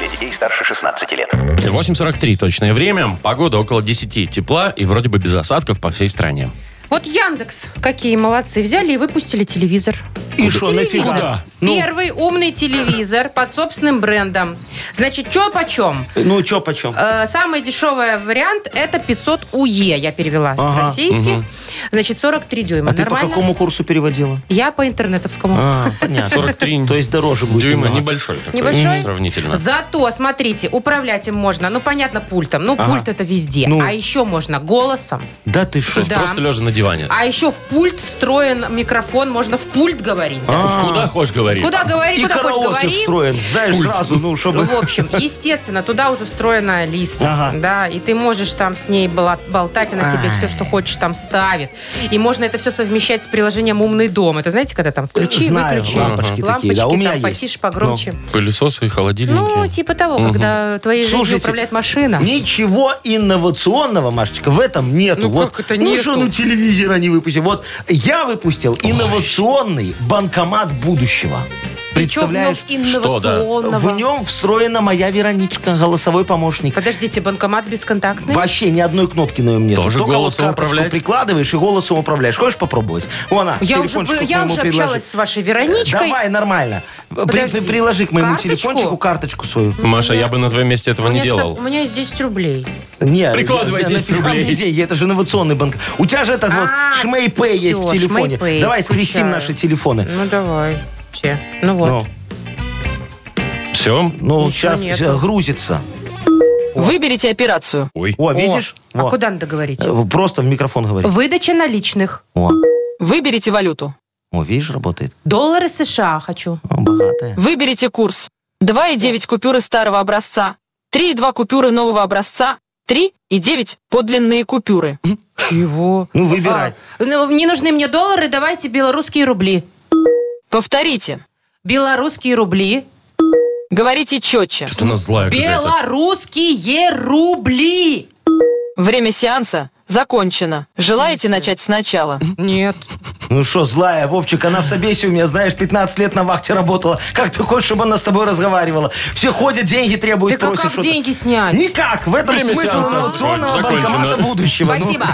F: Для детей старше 16 лет.
B: 8.43 точное время. Погода около 10. Тепла и вроде бы без осадков по всей стране.
C: Вот Яндекс, какие молодцы, взяли и выпустили телевизор.
D: И что,
C: Телевизор.
D: нафига?
C: Первый умный телевизор под собственным брендом. Значит, чё почем?
D: Ну, чё почем?
C: Э, Самый дешевый вариант это 500 УЕ, я перевела
D: Ага.
C: с российских. Значит, 43 дюйма.
D: А ты по
C: Нормально?
D: какому курсу переводила?
C: Я по интернетовскому.
D: А, понятно.
B: 43
D: То есть дороже будет.
B: дюйма
D: немного.
B: небольшой такой.
C: Небольшой?
B: Сравнительно.
C: Зато, смотрите, управлять им можно, ну, понятно, пультом. Ну, пульт это везде.
D: Ну.
C: А еще можно голосом.
D: Да ты
B: То
D: что?
B: есть
C: Да.
B: просто лежа на диване.
C: А еще в пульт встроен микрофон, можно в пульт говорить.
B: А Куда хочешь говори.
C: Куда говори,
D: А. И
C: куда хочешь
D: караоке
C: говори.
D: встроен, знаешь, сразу, ну,
C: Ну,
D: чтобы...
C: В общем, естественно, туда уже встроена Алиса,
D: Ага.
C: да, и ты можешь там с ней бола- болтать, она тебе все, что хочешь, там ставит. И можно это все совмещать с приложением «Умный дом». Это знаете, когда там включи,
D: Знаю,
C: выключи.
D: лампочки такие, да, у меня
C: там
D: есть.
C: потише, погромче.
B: Пылесосы и холодильники.
C: Ну, типа того, когда твоей жизнью
D: Слушайте,
C: управляет машина.
D: Ничего инновационного, Машечка, в этом нету.
C: Ну,
D: вот,
C: как это
D: ну
C: нету?
D: что, ну телевизора не выпустил. Вот я выпустил инновационный банкомат будущего.
C: И чё в нем
D: Представляешь?
C: инновационного?
D: В нем встроена моя Вероничка, голосовой помощник.
C: Подождите, банкомат бесконтактный?
D: Вообще ни одной кнопки на нем нет.
B: Тоже
D: Только
B: голосом
D: вот карточку
B: управлять?
D: прикладываешь и голосом управляешь. Хочешь попробовать? Вон она,
C: Я уже,
D: телефончику
C: бы-
D: к
C: я
D: моему
C: уже
D: приложи.
C: общалась с вашей Вероничкой.
D: Давай, нормально. При-
C: Подожди.
D: при- приложи к моему
C: Карточку?
D: телефончику карточку свою.
B: Маша, я бы на твоем месте этого
C: типа, у,
B: не
C: меня со-
B: делал.
C: у меня есть 10 рублей.
D: Не,
B: Прикладывай
D: я- я
B: 10
D: нафига
B: рублей.
D: мне деньги? это же инновационный банк. У тебя же этот вот
C: А,
D: шмейпэй есть в
C: всё,
D: телефоне.
C: Шмейпэй,
D: Давай скрестим
C: включаю.
D: наши телефоны.
C: Ну, давай. Все. Ну, вот.
D: Ну,
B: Все?
D: ну
C: Ничего
D: сейчас
C: нету.
D: грузится.
I: Выберите операцию.
B: Ой.
D: О,
C: О,
D: видишь?
C: А
D: Во.
C: куда надо говорить?
D: Э, Просто в микрофон говори.
C: Выдача наличных.
D: О.
I: Выберите валюту.
D: О, видишь, работает.
C: Доллары США хочу.
D: О, богатая.
I: Выберите курс. 2,9 купюры старого образца, 3,2 купюры нового образца, 3,9 подлинные купюры.
C: Чего?
D: Ну, выбирай.
C: ну, не нужны мне доллары, давайте белорусские рубли.
I: Повторите.
C: Белорусские рубли.
I: Говорите четче.
B: Что-то у нас злая какая-то.
C: Белорусские рубли!
I: Время сеанса закончено. Желаете начать сначала?
C: Нет.
D: Ну что, злая, Вовчик, она в собесе у меня, знаешь, 15 лет на вахте работала. Как ты хочешь, чтобы она с тобой разговаривала? Все ходят, деньги требуют,
C: Так а
D: просят,
C: как
D: что-то.
C: деньги снять?
D: Никак! В этом
B: Время
D: смысл
B: сеанса
D: инновационного Ну,
B: закончено.
D: банкомата будущего. Ну,
C: Спасибо.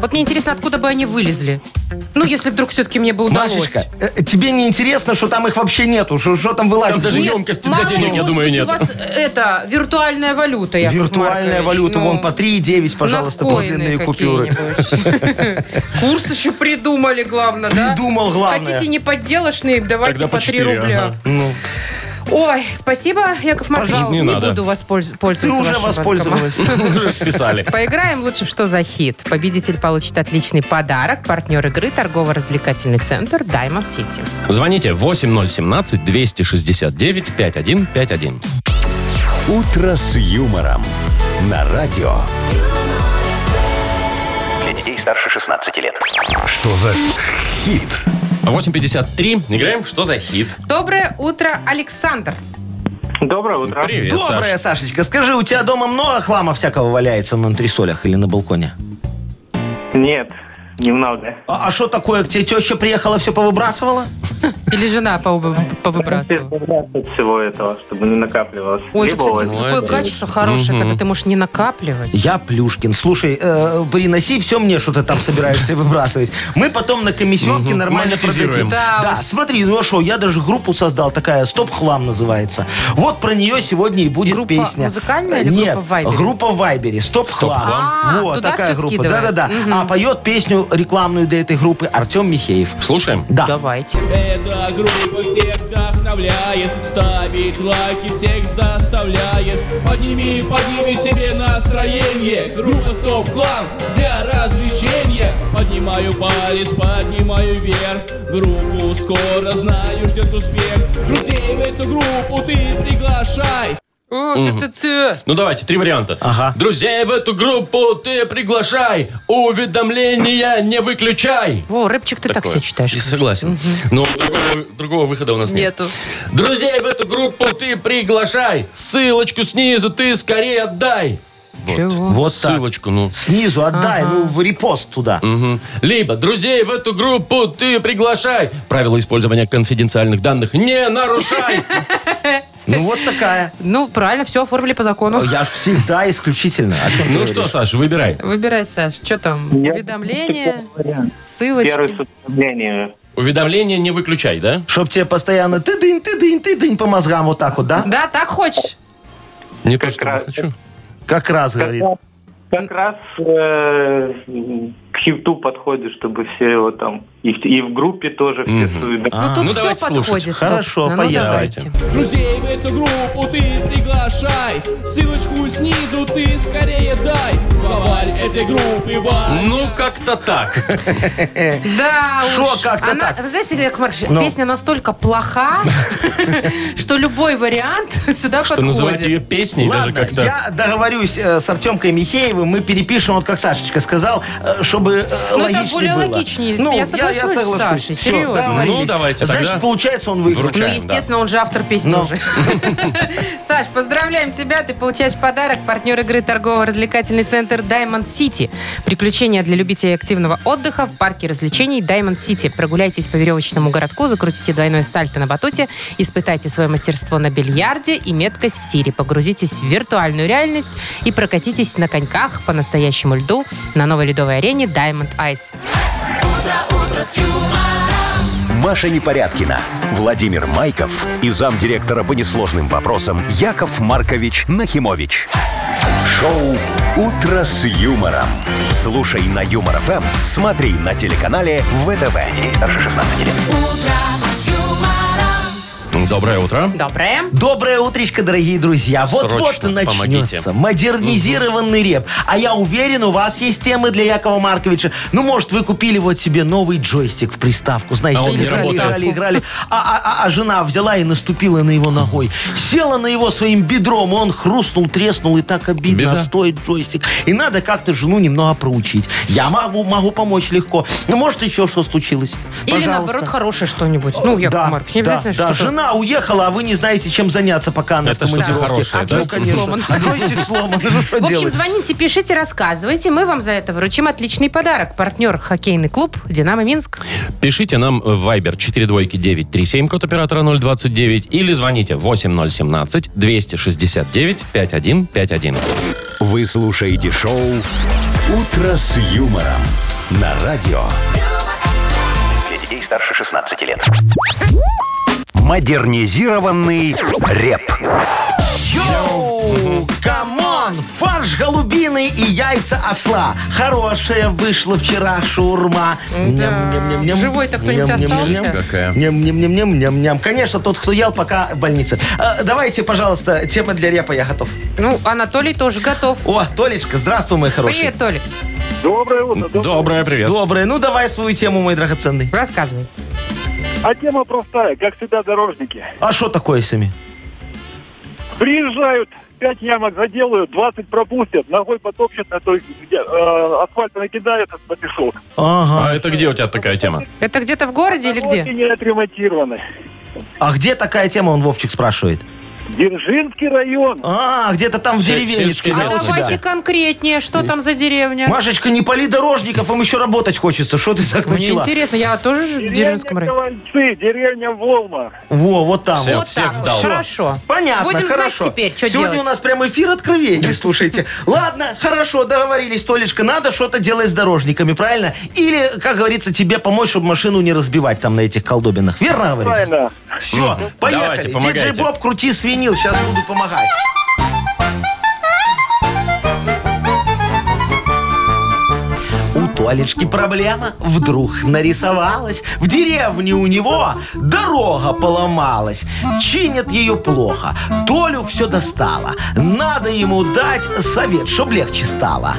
C: Вот мне интересно, откуда бы они вылезли. Ну, если вдруг все-таки мне бы удалось.
D: Машечка, э, тебе не интересно, что там их вообще нету? Что, что там
B: Там
D: вылазит?
B: даже
C: Нет,
B: емкости
C: мало
B: для
C: ли,
B: денег, я
C: может
B: думаю,
C: быть,
B: нет.
C: у вас э, это виртуальная валюта, Яков
D: Виртуальная
C: Маркович.
D: валюта,
C: Ну,
D: вон по 3,9, пожалуйста,
C: накоенные
D: подлинные купюры.
C: какие-нибудь. Курс еще придумали, главное, да?
D: Придумал главное. Ну.
C: Хотите не подделочные, давайте
B: Тогда
C: по
B: по
C: 3
B: 4,
C: рубля.
B: ага.
C: Ой, спасибо, Яков Маркович.
B: Пожалуйста,
C: Не,
B: не надо.
C: буду воспольз-
D: Ты
C: пользоваться
D: Ну, уже
C: вашим банкоматом.
D: воспользовалась.
B: Уже списали.
C: Поиграем лучше в «Что за хит?». Победитель получит отличный подарок. Партнер игры – торгово-развлекательный центр Diamond City.
B: Звоните 8017-269-5151.
A: «Утро с юмором» на радио.
F: Для детей старше 16 лет.
A: Что за хит?
B: 8.53. Играем «Что за хит?».
C: Доброе утро, Александр.
G: Доброе утро.
B: Привет,
D: Добрая,
B: Саш.
D: Сашечка, скажи, у тебя дома много хлама всякого валяется на антресолях или на балконе?
G: Нет, немного.
D: А а что такое? К тебе теща приехала, все повыбрасывала?
C: Или жена по, по выбрасу?
G: От всего этого, чтобы не накапливалось.
C: Ой, это,
G: Либо
C: кстати,
G: вот.
C: какое качество хорошее, когда ты можешь не накапливать.
D: Я Плюшкин. Слушай, э, приноси все мне, что ты там собираешься выбрасывать. Мы потом на комиссионке нормально
B: монетизируем.
D: продадим.
C: Да
D: Да,
C: уж.
D: смотри, ну а шо, я даже группу создал, такая «Стоп хлам» называется. Вот про нее сегодня и будет
C: Группа
D: песня. Э,
C: музыкальная или
D: Нет,
C: группа в Вайбере?
D: группа в Вайбере. «Стоп
C: хлам». А,
D: хлам». Вот,
C: туда
D: такая
C: всё
D: группа.
C: скидывает.
D: Да-да-да. А поет песню рекламную для этой группы Артем Михеев.
B: Слушаем.
D: Да.
C: Давайте.
J: Эта группа всех вдохновляет Ставить лайки всех заставляет Подними, подними себе настроение Группа Стоп Клан для развлечения Поднимаю палец, поднимаю вверх Группу скоро знаю ждет успех Друзей в эту группу ты приглашай
C: О, ты-ты-ты.
B: Ну давайте, три варианта.
D: Ага.
B: Друзей в эту группу ты приглашай, уведомления не выключай.
C: Во, Рэпчик, ты так
B: Такое.
C: себя читаешь.
B: И согласен. Но другого, другого выхода у нас нет.
C: Нету.
B: Друзей в эту группу ты приглашай, ссылочку снизу ты скорее отдай. Вот.
C: Чего?
D: Вот так.
B: Ссылочку, ну.
D: Снизу отдай, ну, в репост туда.
B: Мгм. Либо друзей в эту группу ты приглашай. Правила использования конфиденциальных данных не нарушай.
D: Ну, вот такая.
C: Ну, правильно, все оформили по закону.
D: Я ж всегда исключительно. О чем ты
B: Ну
D: говоришь?
B: что, Саша, выбирай.
C: Выбирай, Саш, что там? Уведомления, ссылочки.
G: Первый с уведомлениями.
B: Уведомления не выключай, да?
D: Чтоб тебе постоянно ты дынь, ты дынь, ты дынь по мозгам вот так вот, да?
C: Да, так хочешь?
B: Не то,
G: Как
B: что
G: раз.
B: хочу.
D: Как раз говорит.
G: Как раз э, к хиту подходит, чтобы все его там... И, в- и в группе тоже все с уведомлениями.
C: Ну, тут
B: ну,
C: все
B: давайте слушать.
C: подходит,
D: Хорошо,
C: собственно. Ну,
D: поехали.
C: давайте.
J: Друзей в эту группу ты приглашай Ссылочку снизу ты скорее дай Главарь этой группы Ваня
B: Ну, как-то так.
C: Да уж.
D: Шо, как-то
C: Она-
D: так?
C: Вы знаете, Яков Маркович,
D: Ну.
C: песня настолько плоха, что любой вариант сюда
B: Что называть
C: подходит.
B: ее песней даже
D: Ладно,
B: как-то...
D: я договорюсь э, с Артемкой Михеевым, мы перепишем, вот как Сашечка сказал, э, чтобы э,
C: Ну, это
D: логичнее
C: более
D: было.
C: логичнее.
D: Ну,
C: Я соглашусь
D: я, я
C: с
D: соглашусь.
C: Сашей,
D: Всё,
C: серьезно.
D: договорились.
B: Ну, давайте
D: Значит,
B: тогда.
D: получается, он выиграл.
B: Вручаем,
C: Ну,
B: да.
C: естественно, он же автор песни
D: Ну.
C: уже. Саш, поздравляем тебя. Ты получаешь подарок. Партнер игры торгово-развлекательный центр Diamond City. Приключения для любителей активного отдыха в парке развлечений Diamond City. Прогуляйтесь по веревочному городку, закрутите двойное сальто на батуте, испытайте свое мастерство на бильярде и меткость в тире. Погрузитесь в виртуальную реальность и прокатитесь на коньках по настоящему льду на новой ледовой арене Diamond Ice.
A: Маша Непорядкина, Владимир Майков и замдиректора по несложным вопросам Яков Маркович Нахимович. Шоу «Утро с юмором». Слушай на Юмор ФМ, смотри на телеканале ВТВ. Ей старше 16 лет.
B: Ну, Доброе утро.
C: Доброе.
D: Доброе утречко, дорогие друзья. Вот-вот
B: Срочно
D: и начнется
B: помогите.
D: модернизированный реп. А я уверен, у вас есть темы для Якова Марковича. Ну, может, вы купили вот себе новый джойстик в приставку. Знаете,
B: А он
D: там
B: не
D: играли,
B: работает.
D: играли, играли. А, а- а- а жена взяла и наступила на его ногой. Села на его своим бедром, и он хрустнул, треснул, и так обидно.
B: Беда.
D: А стоит джойстик. И надо как-то жену немного проучить. Я могу, могу помочь легко. Ну, может, еще что случилось.
C: Или,
D: Пожалуйста.
C: наоборот, хорошее что-нибудь. Ну, Яков
D: Да,
C: Маркович, не
D: да,
C: обязательно
D: да.
C: что-то
D: жена уехала, а вы не знаете, чем заняться, пока она
B: Это
D: в
B: что-то
D: командировке.
B: хорошее,
D: а
B: да?
D: ну, конечно.
C: Сломан.
D: А джойстик сломан, ну что
C: В общем,
D: делать?
C: звоните, пишите, рассказывайте. Мы вам за это вручим отличный подарок. Партнер хоккейный клуб «Динамо Минск».
B: Пишите нам в Viber 42937, код оператора 029, или звоните 8017-269-5151.
A: Вы слушаете шоу «Утро с юмором» на радио.
F: Для детей старше 16 лет.
A: Модернизированный реп.
D: Йоу, камон, фарш голубины и яйца осла. Хорошая вышла вчера шаурма. Ням-ням-ням-ням.
C: Живой-то кто-нибудь
D: Ням-ням-ням.
C: остался?
B: Какая?
D: Ням-ням-ням-ням-ням. Конечно, тот, кто ел, пока в больнице. А, Давайте, пожалуйста, тема для репа, я готов.
C: Ну, Анатолий тоже готов.
D: О, Толечка, здравствуй, мой хороший.
C: Привет, Толик.
E: Доброе утро.
B: Доброе, привет.
D: Доброе. Ну, давай свою тему, мой драгоценный.
C: Рассказывай.
E: А тема простая, как всегда, дорожники.
D: А что такое с ними?
E: Приезжают, 5 ямок заделают, 20 пропустят, ногой потопчут на той, где э, асфальт накидают, на пешок.
D: Ага.
B: А это где у тебя такая тема?
C: Это где-то в городе или
E: Дороги
C: где?
E: не отремонтированы.
D: А где такая тема, он Вовчик спрашивает.
E: Дзержинский район.
D: А, где-то там в
B: Се-
D: деревенечке.
B: сельский
D: да,
C: А
B: лес
D: у тебя.
C: давайте конкретнее, что там за деревня?
D: Машечка, не пали дорожников, им еще работать хочется. Что ты так
C: Мне
D: начала?
C: интересно, я тоже же в Дзержинском районе.
E: Ковальцы, деревня Волма.
D: Во, вот там.
B: Все,
D: вот.
C: Вот
B: всех
C: так,
B: сдал.
C: хорошо.
D: Понятно,
C: Будем
D: хорошо.
C: знать теперь, что
D: Сегодня
C: делать.
D: у нас прям эфир откровений, слушайте. Ладно, хорошо, договорились, Толечка, надо что-то делать с дорожниками, правильно? Или, как говорится, тебе помочь, чтобы машину не разбивать там на этих колдобинах. Верно говорю?
E: Правильно.
D: Все,
B: Мгм. Давайте,
D: поехали.
B: помогайте.
D: Диджей Боб, крути свинил, сейчас буду помогать. У Толечки проблема вдруг нарисовалась. В деревне у него дорога поломалась. Чинят ее плохо. Толю все достало. Надо ему дать совет, чтоб легче стало.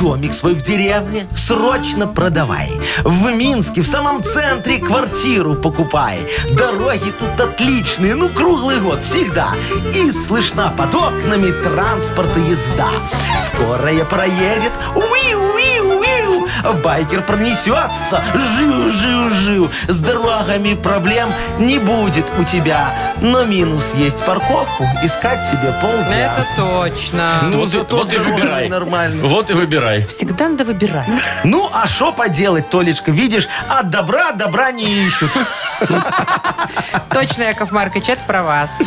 D: Домик свой в деревне срочно продавай. В Минске, в самом центре, квартиру покупай. Дороги тут отличные, ну круглый год всегда. И слышна под окнами транспорта езда. Скорая проедет. Уи-уи! Уиу-уиу. Байкер пронесется, жив-жив-жив. С дорогами проблем не будет у тебя. Но минус есть парковку, искать себе полдня.
C: Это точно.
D: Ну,
B: Вот и-
D: зато
B: вот и
D: дороги
B: выбирай.
D: нормально.
B: Вот и выбирай.
C: Всегда надо выбирать.
D: Ну, а что поделать, Толечка, видишь, от добра добра не ищут.
C: Точно, Яков Маркович, это про вас.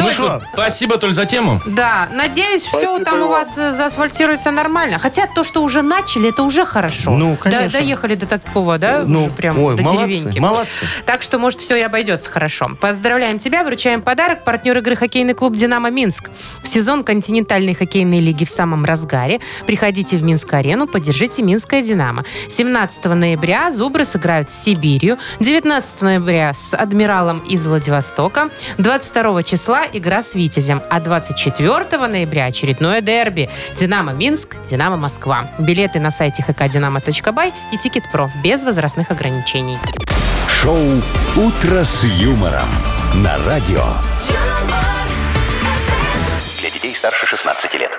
B: Ну что, спасибо, Толь, за тему.
C: Да, надеюсь, все там у вас э, заасфальтируется нормально. Хотя то, что уже начали, это уже хорошо.
D: Ну,
C: Да-
D: конечно. Ну,
C: доехали до такого, да? уже прям
D: ой,
C: до
D: молодцы,
C: деревеньки.
D: молодцы.
C: Так что, может, все и обойдется хорошо. Поздравляем тебя, вручаем подарок. Партнер игры хоккейный клуб «Динамо Минск». Сезон континентальной хоккейной лиги в самом разгаре. Приходите в Минск-арену, поддержите «Минское Динамо». 17 ноября «Зубры» сыграют с Сибирью. 19 ноября с «Адмиралом» из Владивостока. 22 числа игра с «Витязем». А 24 ноября очередное дерби. «Динамо Минск», «Динамо Москва». Билеты на сайте hkdinamo.by и «Тикет.Про» без возрастных ограничений.
A: Шоу «Утро с юмором» на радио.
F: Для детей старше 16 лет.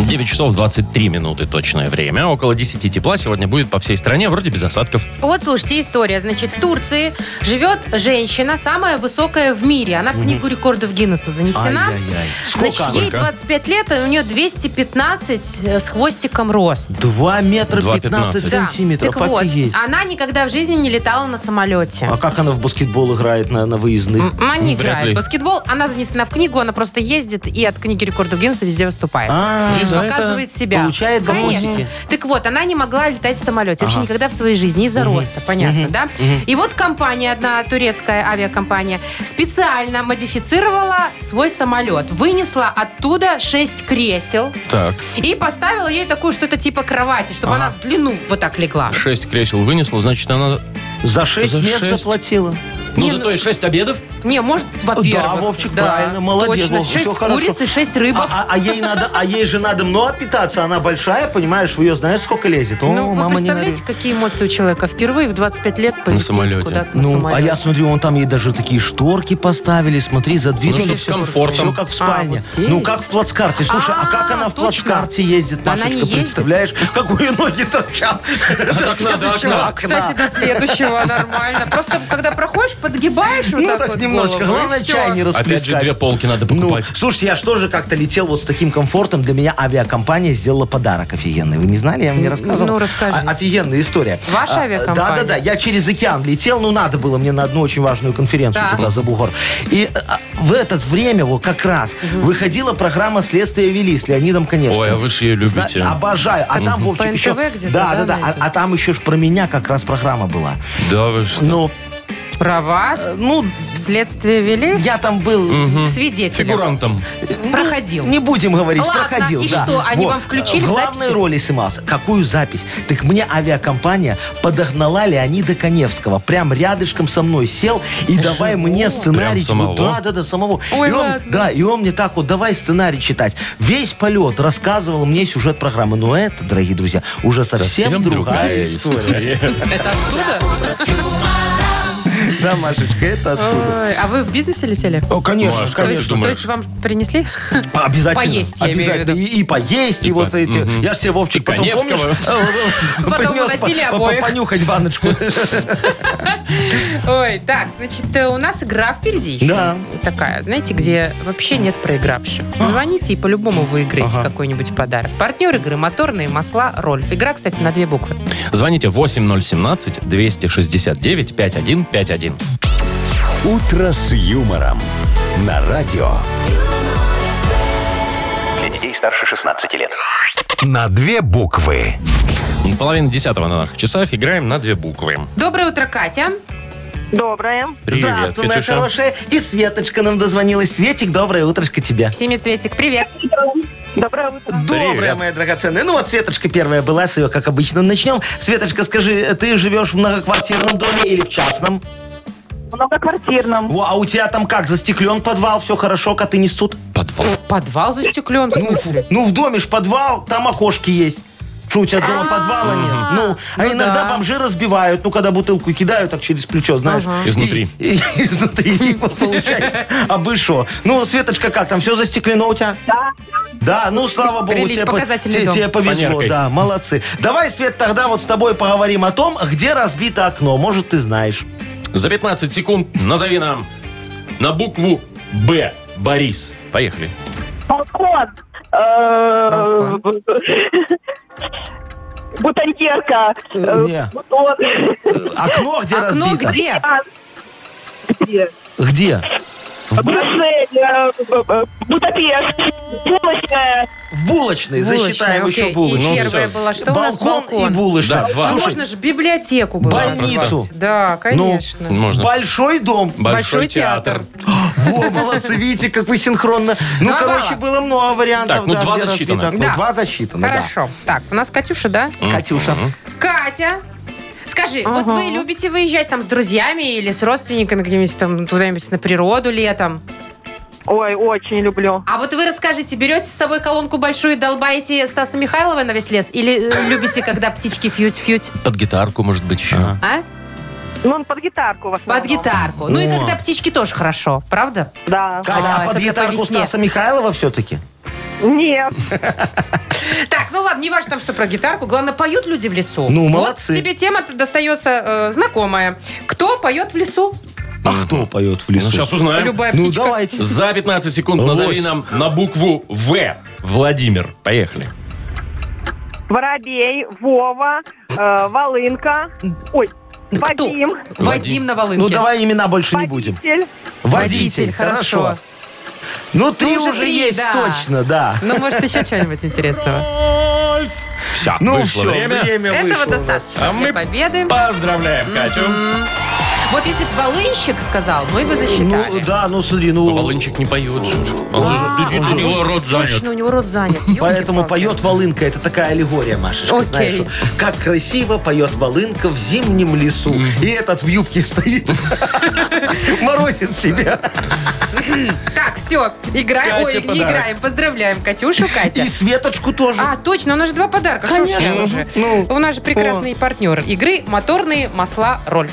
B: 9 часов 23 минуты точное время. Около 10 тепла сегодня будет по всей стране, вроде без осадков.
C: Вот, слушайте, история. Значит, в Турции живет женщина, самая высокая в мире. Она в книгу рекордов Гиннесса занесена.
D: Ай-яй-яй.
C: Значит,
D: Сколько?
C: ей
B: Сколько?
C: 25 лет, а у нее 215 с хвостиком рост.
D: 2 метра
B: Два
D: 15
B: пятнадцать.
C: Да.
D: сантиметров,
C: Так вот,
D: офигеть.
C: она никогда в жизни не летала на самолете.
D: А как она в баскетбол играет на, на выездных?
C: М, Она не
B: Вряд
C: играет
B: ли.
C: в баскетбол, она занесена в книгу, она просто ездит и от книги рекордов Гиннесса везде выступает.
D: А,
B: И за это
C: показывает себя.
D: получает
C: Конечно.
D: бонусики.
C: Так вот, она не могла летать в самолете вообще никогда в своей жизни из-за роста, понятно, да? И вот компания одна, турецкая авиакомпания, специально модифицировала свой самолет. Вынесла оттуда 6 кресел
B: Так,
C: и поставила ей такую что-то типа кровати, чтобы она в длину вот так легла.
B: 6 кресел вынесла, значит, она...
D: за 6
B: За
D: мест
B: шесть.
D: заплатила.
B: Ну,
C: Не,
B: зато и 6 обедов.
C: Не, может, во-первых.
D: Да, Вовчик, правильно, молодец,
C: Точно.
D: Вов, всё
C: Шесть
D: хорошо.
C: куриц и шесть рыбов.
D: А, а- а ей надо, а ей же надо много питаться, она большая, понимаешь, в ее знаешь, сколько лезет. О,
C: ну, вы
D: мама не налей.
C: представляете, какие эмоции у человека? Впервые в 25 лет полететь
B: самолете.
C: куда-то на
D: Ну, а
C: самолете.
D: я смотрю, он там ей даже такие шторки поставили, смотри, за
B: Ну,
D: дверью.
B: чтоб с комфортом.
D: Все как в спальне.
C: А, вот здесь.
D: ну, как в плацкарте. Слушай, а,
C: А,
D: как она в
C: точно.
D: плацкарте ездит,
C: Она не
D: Машечка,
C: ездит.
D: представляешь? Как у нее ноги торчат.
B: окна до
D: Следующего
B: окна.
C: Кстати, до следующего нормально. Просто когда проходишь, подгибаешь вот
D: Ну,
C: так,
D: так
C: вот, голову,
D: немножко.
C: и
D: Главное,
C: всё.
D: чай не
B: Опять
D: расплескать.
B: же, две полки надо покупать.
D: Ну, слушайте, я же тоже как-то летел вот с таким комфортом. Для меня авиакомпания сделала подарок офигенный. Вы не знали? Я вам не рассказывал.
C: ну, расскажи.
D: А- офигенная история. А,
C: Ваша авиакомпания?
D: Да-да-да. Я через океан летел. Ну, надо было мне на одну очень важную конференцию
C: Так.
D: туда за бугор. И э, а, в это время вот как раз выходила программа «Следствие вели» с Леонидом Коневским.
B: Ой, а вы ж ее
D: Зна-
B: любите.
D: Обожаю. А там, Вовчик,
C: По
D: еще...
C: НТВ где-то, да,
D: да, да, А,
C: найдете?
D: а там еще ж про меня как раз программа была.
B: Да вы что?
D: Ну,
C: Про вас
D: ну,
C: следствие вели
D: я там был...
C: к свидетелям.
B: Фигурантом.
D: Ну,
C: Проходил.
D: Не будем говорить,
C: Ладно,
D: проходил.
C: и
D: да.
C: что, они вам включили
D: В главной
C: записи?
D: роли снимался. Какую запись? Так мне авиакомпания подогнала Леонида Коневского. Прям рядышком со мной сел и давай мне сценарий.
B: Прям самого?
D: Ну, да, да, да, самого.
C: Ой,
D: и он,
C: ладно.
D: Да, и он мне так вот, давай сценарий читать. Весь полет рассказывал мне сюжет программы. Но это, дорогие друзья, уже совсем, другая история.
C: Это оттуда?
D: Да, Машечка, это оттуда.
C: Ой, А вы в бизнесе летели?
D: О, конечно,
B: Маш, как
C: То
B: ты
C: есть, то
B: думаешь?
C: есть вам принесли?
D: Обязательно.
C: Поесть, я имею в
D: обязательно.
C: виду.
D: И, и поесть, и,
B: И
D: вот
B: по-
D: эти.
B: Типа, мгм. Типа
D: Я же тебе, Вовчик,
B: И
D: потом помнишь,
B: Коневского.
C: Потом
D: принес
C: уносили
D: по- по-
C: обоих.
D: понюхать баночку.
C: Ой, так, значит, э, у нас игра впереди еще.
D: Да. А.
C: Такая, знаете, где вообще нет проигравших. Звоните и по-любому выиграете какой-нибудь подарок. Партнер игры «Моторные масла Рольф». Игра, кстати, на две буквы.
B: Звоните 8017-269-5151.
A: «Утро с юмором» на радио.
F: Для детей старше 16 лет.
A: На две буквы.
B: Половина десятого на наших часах. Играем на две буквы.
C: Доброе утро, Катя.
H: Доброе.
B: Привет,
D: Здравствуй, моя
B: Катюша.
D: хорошая. И Светочка нам дозвонилась. Светик, доброе утрочко тебе.
C: Семицветик, привет.
H: Доброе утро.
D: Доброе,
B: Привет.
D: моя драгоценная. Ну вот Светочка первая была, с ее, как обычно, начнем. Светочка, скажи, ты живешь в многоквартирном доме или в частном?
H: В многоквартирном.
D: Во, а у тебя там как, застеклен подвал, все хорошо, коты несут?
B: Подвал.
C: Подвал застеклен.
D: Ну, фу, ну, в доме ж подвал, там окошки есть. Что, у тебя дома подвала нет? Ну,
C: А.
D: а
C: Ну
D: иногда
C: да.
D: бомжи разбивают, ну, когда бутылку кидают так через плечо, знаешь.
C: Ага.
B: Изнутри.
D: И- и- Изнутри, И вот получается. А бы шо. Ну, Светочка, как там, все застеклено у тебя?
H: Да.
D: Да, ну, слава богу,
C: Прилив-
D: тебе, по-
C: показательный
D: те-
C: дом.
D: тебе повезло,
B: Фанеркой.
D: да, молодцы. Давай, Свет, тогда вот с тобой поговорим о том, где разбито окно, может, ты знаешь.
B: За 15 секунд назови нам на букву Б. Борис. Поехали.
H: Балкон. Э, Бутоньерка. Э,
D: Не.
H: Бутон.
D: Окно где
C: Окно
D: разбито?
C: где? Ну,
H: А, Где?
D: Где? В, ба-
H: Брюссель. э, б- б- Будапешт. Булочная.
D: в булочной,
C: Булочная,
D: засчитаем еще
C: окей.
D: булочную.
C: И
B: Ну,
C: первая
B: всё.
C: была, что у нас
D: балкон, и
C: балкон?
D: булочная.
B: Да, два.
C: А
B: Слушай,
C: можно же библиотеку было.
D: больницу. Ну,
C: назвать. Да, конечно.
B: Ну, Можно.
D: Большой дом.
B: Большой театр.
D: Во, молодцы, видите, как вы синхронно. Ну,
C: Два
D: короче,
C: балла.
D: было много вариантов.
B: Так, ну,
D: да,
B: два
D: где разбито
B: засчитано.
D: окно.
C: Да.
D: Два засчитано, да.
C: Хорошо. Так, у нас Катюша, да?
D: Катюша.
C: Катя, скажи, вот вы любите выезжать там с друзьями или с родственниками где-нибудь там куда-нибудь на природу летом?
H: Ой, очень люблю.
C: А вот вы расскажите, берете с собой колонку большую и долбаете Стаса Михайлова на весь лес? Или э, любите, когда птички фьють-фьють?
B: Под гитарку, может быть, еще.
C: А?
H: Ну, он под гитарку в основном.
C: Под гитарку. Ну и
D: О.
C: когда птички тоже хорошо, правда?
H: Да.
D: Катя,
C: А,
D: а под
C: особенно по
D: гитарку
C: весне.
D: Стаса Михайлова все-таки?
H: Нет.
C: Так, ну ладно, не важно там, что про гитарку. Главное, поют люди в лесу.
D: Ну,
C: Вот
D: молодцы.
C: тебе тема достается э, знакомая. Кто поет в лесу?
D: А кто поет в
B: Ну,
D: лесу?
B: сейчас узнаем.
C: Любая
D: Ну,
C: птичка.
D: давайте.
B: За 15 секунд назови
D: Лось.
B: нам на букву В. Владимир. Поехали.
H: Воробей, Вова, э, Волынка. Ой,
C: Кто?
H: Вадим.
C: Вадим на Волынке.
D: Ну, давай имена больше не будем.
H: Водитель.
D: Водитель, хорошо. Ну, три
C: уже
D: уже
C: три,
D: есть
C: да.
D: точно, да.
C: Ну, может, еще чего-нибудь интересного.
B: Все,
D: Ну,
B: вышло
D: все,
B: время.
D: время
C: Этого
D: вышло. у нас.
C: достаточно
B: А
C: для
B: мы
C: победы.
B: Поздравляем Катю.
C: Вот если бы Волынщик сказал, мы бы засчитали.
D: Ну, да, ну, смотри, ну...
B: Ну, Волынчик не поет же. Он
C: А,
B: же- у него рот занят.
C: Точно, у него рот занят.
D: Поэтому
C: Ёлки-палки.
D: поет волынка. Это такая аллегория, Машечка,
C: Окей.
D: знаешь. что Как красиво поет волынка в зимнем лесу. И этот в юбке стоит, морозит себя.
C: Так, все, играем.
B: Катя,
C: Ой, не
B: подарок.
C: играем. Поздравляем Катюшу, Катя.
D: И Светочку тоже.
C: А, точно, у нас же два подарка. Что ж я
D: Конечно.
C: уже?
D: Ну,
C: у нас же прекрасный партнер игры «Моторные масла Рольф».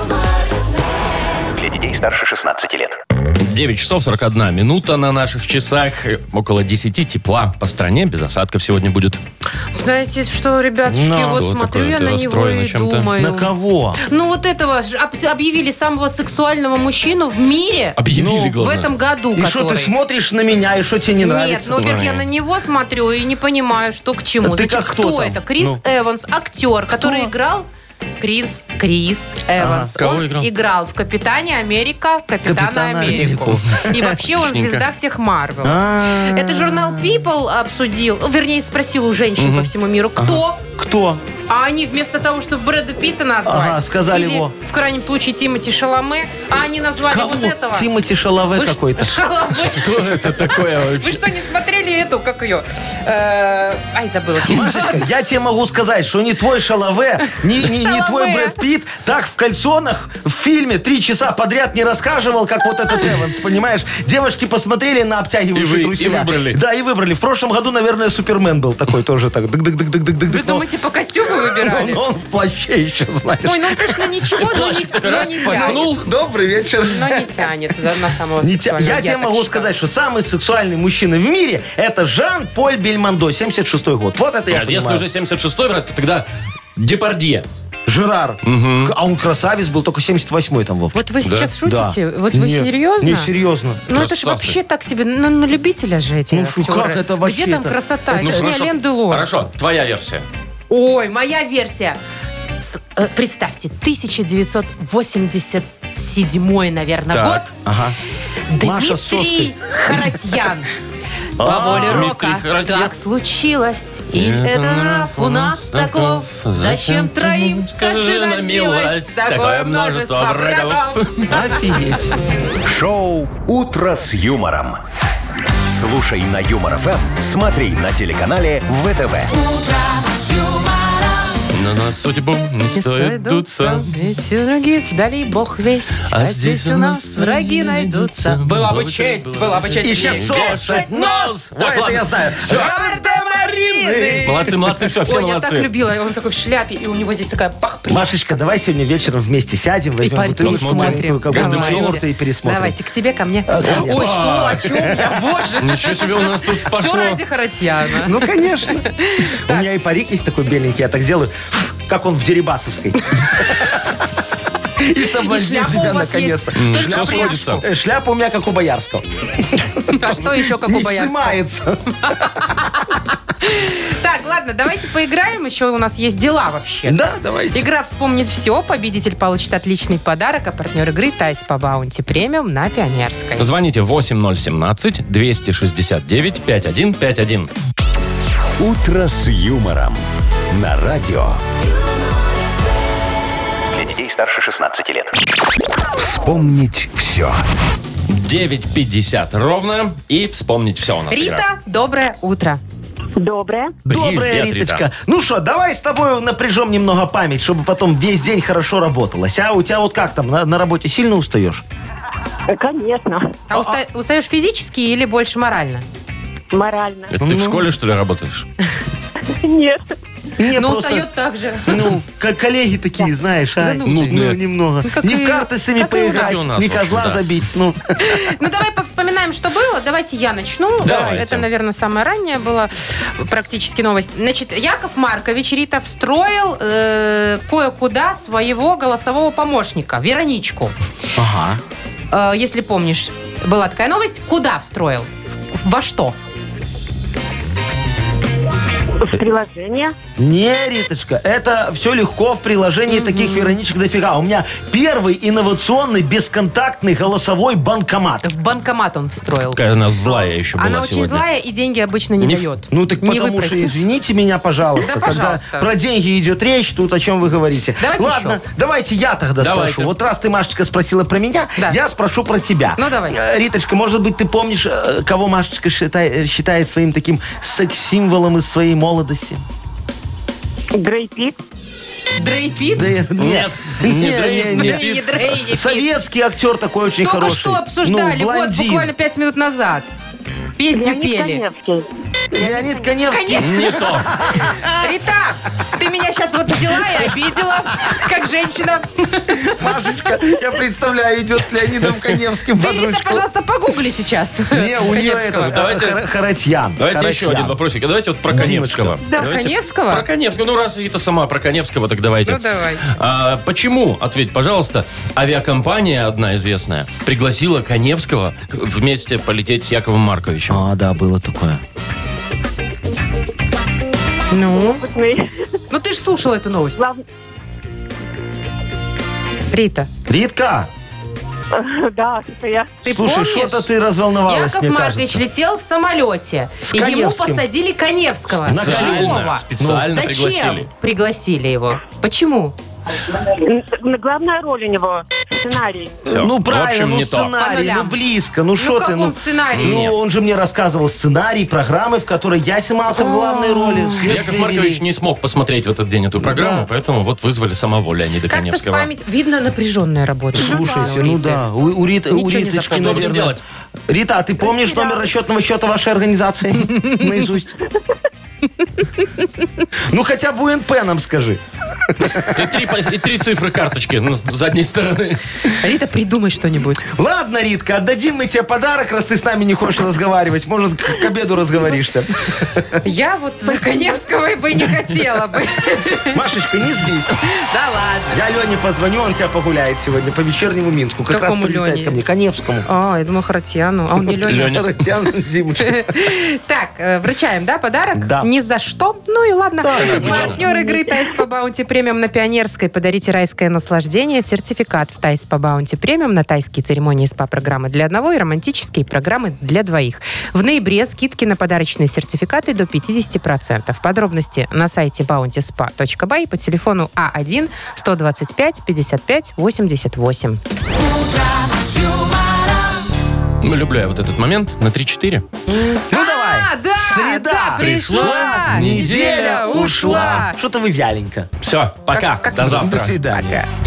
F: Для детей детей старше 16 лет.
B: 9 часов 41 минута на наших часах. Около 10 тепла по стране. Без осадков сегодня будет.
C: Знаете что, ребятушки,
B: Ну,
C: вот
B: что
C: смотрю
B: такое?
C: я
B: Ты
C: на него
B: расстроена
C: и
B: чем-то?
C: думаю.
D: На кого?
C: Ну вот этого ж об- объявили самого сексуального мужчину в мире
B: Объявили,
C: в
B: главное.
C: этом году,
D: Ну, И что
C: Ну, который...
D: ты смотришь на меня, и что тебе не
C: Нет,
D: нравится? А
C: ну, во-первых, я на него смотрю и не понимаю, что к чему.
D: Ты
C: Значит,
D: как кто там?
C: это? Крис
D: Ну.
C: Эванс, актер, который играл... Крис, Крис Эванс.
B: кого
C: он
B: играл?
C: в «Капитане Америка», «Капитана,
D: Капитана
C: Америку». И вообще он
B: Отличненько.
C: звезда всех Марвел.
D: А,
C: ну, Это журнал People обсудил, ну, вернее, спросил у женщин по всему миру, кто,
D: Кто?
C: а они вместо того, чтобы Брэда Питта назвать,
D: Ага, сказали
C: или,
D: его.
C: в крайнем случае, Тимати Шаломе, а они назвали вот этого.
D: Тимати Шалаве
C: Вы ш-
D: какой-то.
C: Шаломе.
B: Что это такое
C: Вы
B: вообще?
C: что, не смотрели эту, как ее? Э, Ай, забыла. фильм.
D: Машечка, я тебе могу сказать, что не твой Шалаве, не,
C: Шалаве.
D: твой Брэд Питт так в кальсонах в фильме три часа подряд не рассказывал, как вот этот Эванс, понимаешь? Девушки посмотрели на
B: И вы-
D: обтягивающие
B: и
D: труселя.
B: выбрали.
D: Да, и выбрали. В прошлом году, наверное, Супермен был такой тоже так. дык дык дык дык дык дык
C: Вы думаете, по костюму выбирали?
D: он в плаще еще, знаешь.
C: Ой, ну, конечно, ничего, но не
B: Плащик
C: но
B: раз Ну,
C: не тянет.
B: пальнул.
D: Добрый вечер.
C: Но не тянет за- на самого
D: Не тя-
C: сексуального.
D: Я тебе
C: так
D: могу
C: считаю.
D: сказать, что самый сексуальный мужчина в мире это Жан-Поль Бельмондо, 76-й год. Вот это я
B: Нет, Если
D: понимаю.
B: уже 76-й, брат, то тогда Депардье.
D: Жерар. К- А он красавец был, только 78-й там, Вов.
C: Вот вы сейчас шутите?
D: Да.
C: Вот вы
D: Нет,
C: серьезно?
D: Не, серьезно.
C: Ну это же
B: Красавцы.
C: вообще так себе, ну, на любителя же эти
D: Ну, шо,
C: актеры.
D: как это
C: Где там
D: вообще-то?
C: красота?
B: Ну,
C: это же не
B: хорошо.
C: Ален Делон.
B: Хорошо, твоя версия.
C: Ой, моя версия. С- э, Представьте, 1987, наверное,
B: Так,
C: год.
D: Ага.
C: Дмитрий
D: Маша с соской.
C: Харатьян. По
B: А,
C: воле
B: Дмитрий
C: рока
B: Харатьян.
C: так случилось, и это нрав у нас таков. Зачем троим, скажи нам милость, такое множество врагов.
D: Офигеть.
A: Шоу «Утро с юмором». Слушай на Юмор ФМ, смотри на телеканале ВТВ.
B: На нас судьбу не
C: Не
B: стоит дуться.
C: Эти враги, вдали бог весть, а, здесь у нас враги найдутся. Была бы честь, была бы честь.
D: И сейчас слушать нос. Ой, это
B: ладно.
D: я знаю. Гордо Марины.
B: Молодцы, молодцы, все, все
C: Ой, я так
B: молодцы.
C: любила, он такой в шляпе, и у него здесь такая пах
D: Машечка, давай сегодня вечером вместе сядем, возьмем
C: пар-
D: бутылочку маленькую, какую-нибудь
C: Давайте.
D: торта и пересмотрим.
C: Давайте, к тебе, ко мне.
D: А, ко мне.
C: Ой, что, о чем я, боже.
B: Ничего себе у нас тут
C: Все
B: пошло.
C: ради Харатьяна.
D: Ну, конечно. У меня и парик есть такой беленький, я так сделаю, как он в Дерибасовской. И соблазню
C: шляпа
D: тебя
C: у вас есть.
D: наконец-то.
B: М,
C: Только
B: Все
C: пряжку.
B: сходится.
D: Э, Шляпа у меня как у Боярского.
C: А что еще, как у
D: Ну, Не
C: Боярского?
D: снимается.
C: Так, ладно, давайте поиграем. Еще у нас есть дела вообще.
D: Да, давайте.
C: Игра «Вспомнить все». Победитель получит отличный подарок, а партнер игры «Тайс по баунти премиум» на Пионерской.
B: Звоните 8017-269-5151.
A: «Утро с юмором» на радио.
F: Для детей старше 16 лет.
A: Вспомнить все.
B: 9.50 ровно. И вспомнить все у нас игра.
C: Рита, доброе утро.
H: Доброе.
D: Добрая
B: Привет,
D: Риточка.
B: Рита.
D: Ну что, давай с тобой напряжем немного память, чтобы потом весь день хорошо работалось. А у тебя вот как там, на, на работе сильно устаешь?
H: Э, Конечно.
C: А, уста- устаешь физически или больше морально?
H: Морально.
B: Это
C: Ну.
B: ты в школе, что ли, работаешь?
H: Нет.
D: Мне
B: Ну,
C: Но
D: просто,
C: устает так же.
D: Ну, к- коллеги такие, знаешь, а?
C: Занудные.
D: Ну,
B: Нудные.
D: немного.
C: Ну, как
D: не
C: и-
D: в карты с ними
C: как и у нас.
D: поиграть,
B: Как и у нас,
D: не
B: в общем,
D: козла
B: Ну, да.
D: забить. Ну,
C: Ну, давай повспоминаем, что было. Давайте я начну. Э,
B: Давайте.
C: Это, наверное, самая ранняя была практически новость. Значит, Яков Маркович Рита встроил э, кое-куда своего голосового помощника, Вероничку.
D: ага.
C: Э, если помнишь, была такая новость. Куда встроил? В- Во что?
H: В приложение.
D: Не, Риточка, это все легко в приложении таких Вероничек дофига. У меня первый инновационный бесконтактный голосовой банкомат.
C: В банкомат он встроил.
B: Какая она злая еще была
C: Она очень
B: сегодня.
C: злая и деньги обычно не,
B: Не-
C: дает.
D: Ну так
C: не
D: потому что,
C: выпросишь.
D: извините меня, пожалуйста,
C: Да,
D: когда
C: пожалуйста.
D: про деньги идет речь, тут о чем вы говорите.
C: Давайте
D: Ладно,
C: еще.
D: давайте я тогда
B: Давайте.
D: спрошу. Вот раз ты, Машечка, спросила про меня,
C: Да.
D: я спрошу про тебя.
C: Ну, давай.
D: Э, Риточка, может быть, ты помнишь, э, кого Машечка считай- э, считает своим таким секс-символом из своей молодости?
H: Грейпит.
C: Дрейпит?
D: Да, э,
B: Нет, не дрейф, не
C: Блин, не дрей, не пит.
D: Советский актер такой очень
C: Только
D: хороший.
C: что обсуждали,
D: Ну,
C: вот,
D: блондин.
C: буквально пять минут назад. Песню
H: Леонид
C: пели.
H: Каневский.
D: Леонид Коневский.
B: Не то.
C: Рита, ты меня сейчас вот взяла и обидела, как женщина.
D: Машечка, я представляю, идет с Леонидом Коневским
C: Ты,
D: под
C: Рита,
D: ручку.
C: пожалуйста, погугли сейчас.
D: Не, у нее
C: Коневского.
D: этот,
B: Давайте-
D: Хар- Харатьян.
B: Давайте еще
D: Харатьян.
B: один вопросик. А Давайте вот про Коневского.
C: Да,
B: Давайте
C: Коневского?
B: Про Коневского. Ну, раз Рита сама про Коневского, так давайте.
C: Ну, давайте.
B: А, почему, ответь, пожалуйста, авиакомпания одна известная пригласила Коневского к- вместе полететь с Яковом Марковичем?
D: А, да, было такое.
C: Ну? Ну, ты же слушала эту новость. Рита,
D: Ритка,
H: Да, это я.
C: ты
D: слушай,
C: помнишь?
D: что-то ты разволновалась,
C: Яков
D: мне
C: Маркович
D: кажется.
C: летел в самолете,
D: С
C: и ему
D: Коневским.
C: посадили Коневского.
D: Специально, Ну,
C: живого.
B: специально
C: Зачем
B: пригласили.
C: пригласили его? Почему?
H: Н- Главная роль у него сценарий.
B: Всё.
D: Ну, правильно,
B: В общем,
D: ну
B: не то.
C: По
D: сценарий,
C: нулям.
D: ну близко, ну что
C: в
D: ты,
C: каком
D: ну...
C: сценарии?
D: Ну, он же мне рассказывал сценарий программы, в которой я снимался в главной роли.
B: Яков
D: «Следствие
B: Маркович
D: вели».
B: не смог посмотреть в этот день эту программу, поэтому вот вызвали самого Леонида
C: Как-то с
B: Коневского.
C: память... Видно напряженная работа.
D: Слушайте,
C: у
D: ну
C: Риты.
D: да, у, у Рит- у
C: Ничего не
D: Риточки,
C: запомнила.
B: Что будем
D: наверное-
B: делать?
D: Рита, а ты помнишь номер расчетного счета вашей организации? Наизусть. Ну, хотя бы УНП нам скажи.
B: И три, по- и три цифры карточки ну, с задней стороны.
C: Рита, придумай что-нибудь.
D: Ладно, Ритка, отдадим мы тебе подарок, раз ты с нами не хочешь разговаривать. Может, к, к обеду разговоришься.
C: Я вот за Коневского и бы не хотела бы.
D: Машечка, не злись.
C: Да ладно.
D: Я Лене позвоню, он тебя погуляет сегодня по вечернему Минску. Как раз
C: Какому
D: прилетает
C: Лене?
D: ко мне, Коневскому.
C: А, я думала Харатьяну, а он не Леня.
B: Леня.
D: Родион Димочка.
C: Так, э, вручаем, да, подарок?
D: Да.
C: Ни за что. Ну и ладно.
B: обычно.
C: Партнер игры Тайс по Баунти Премиум на Пионерской. Подарите райское наслаждение. Сертификат в Тайс по Баунти Премиум на тайские церемонии СПА-программы для одного и романтические программы для двоих. В ноябре скидки на подарочные сертификаты до 50%. Подробности на сайте bountyspa.by по телефону А А1-125-55-88.
B: Ну, Люблю я вот этот момент на 3-4.
D: Ну давай.
C: А, да,
D: Среда
C: да, пришла, неделя ушла.
D: Что-то вы вяленько.
B: Все, пока.
C: как
B: До
C: мы
B: завтра.
D: До свидания.
C: Пока.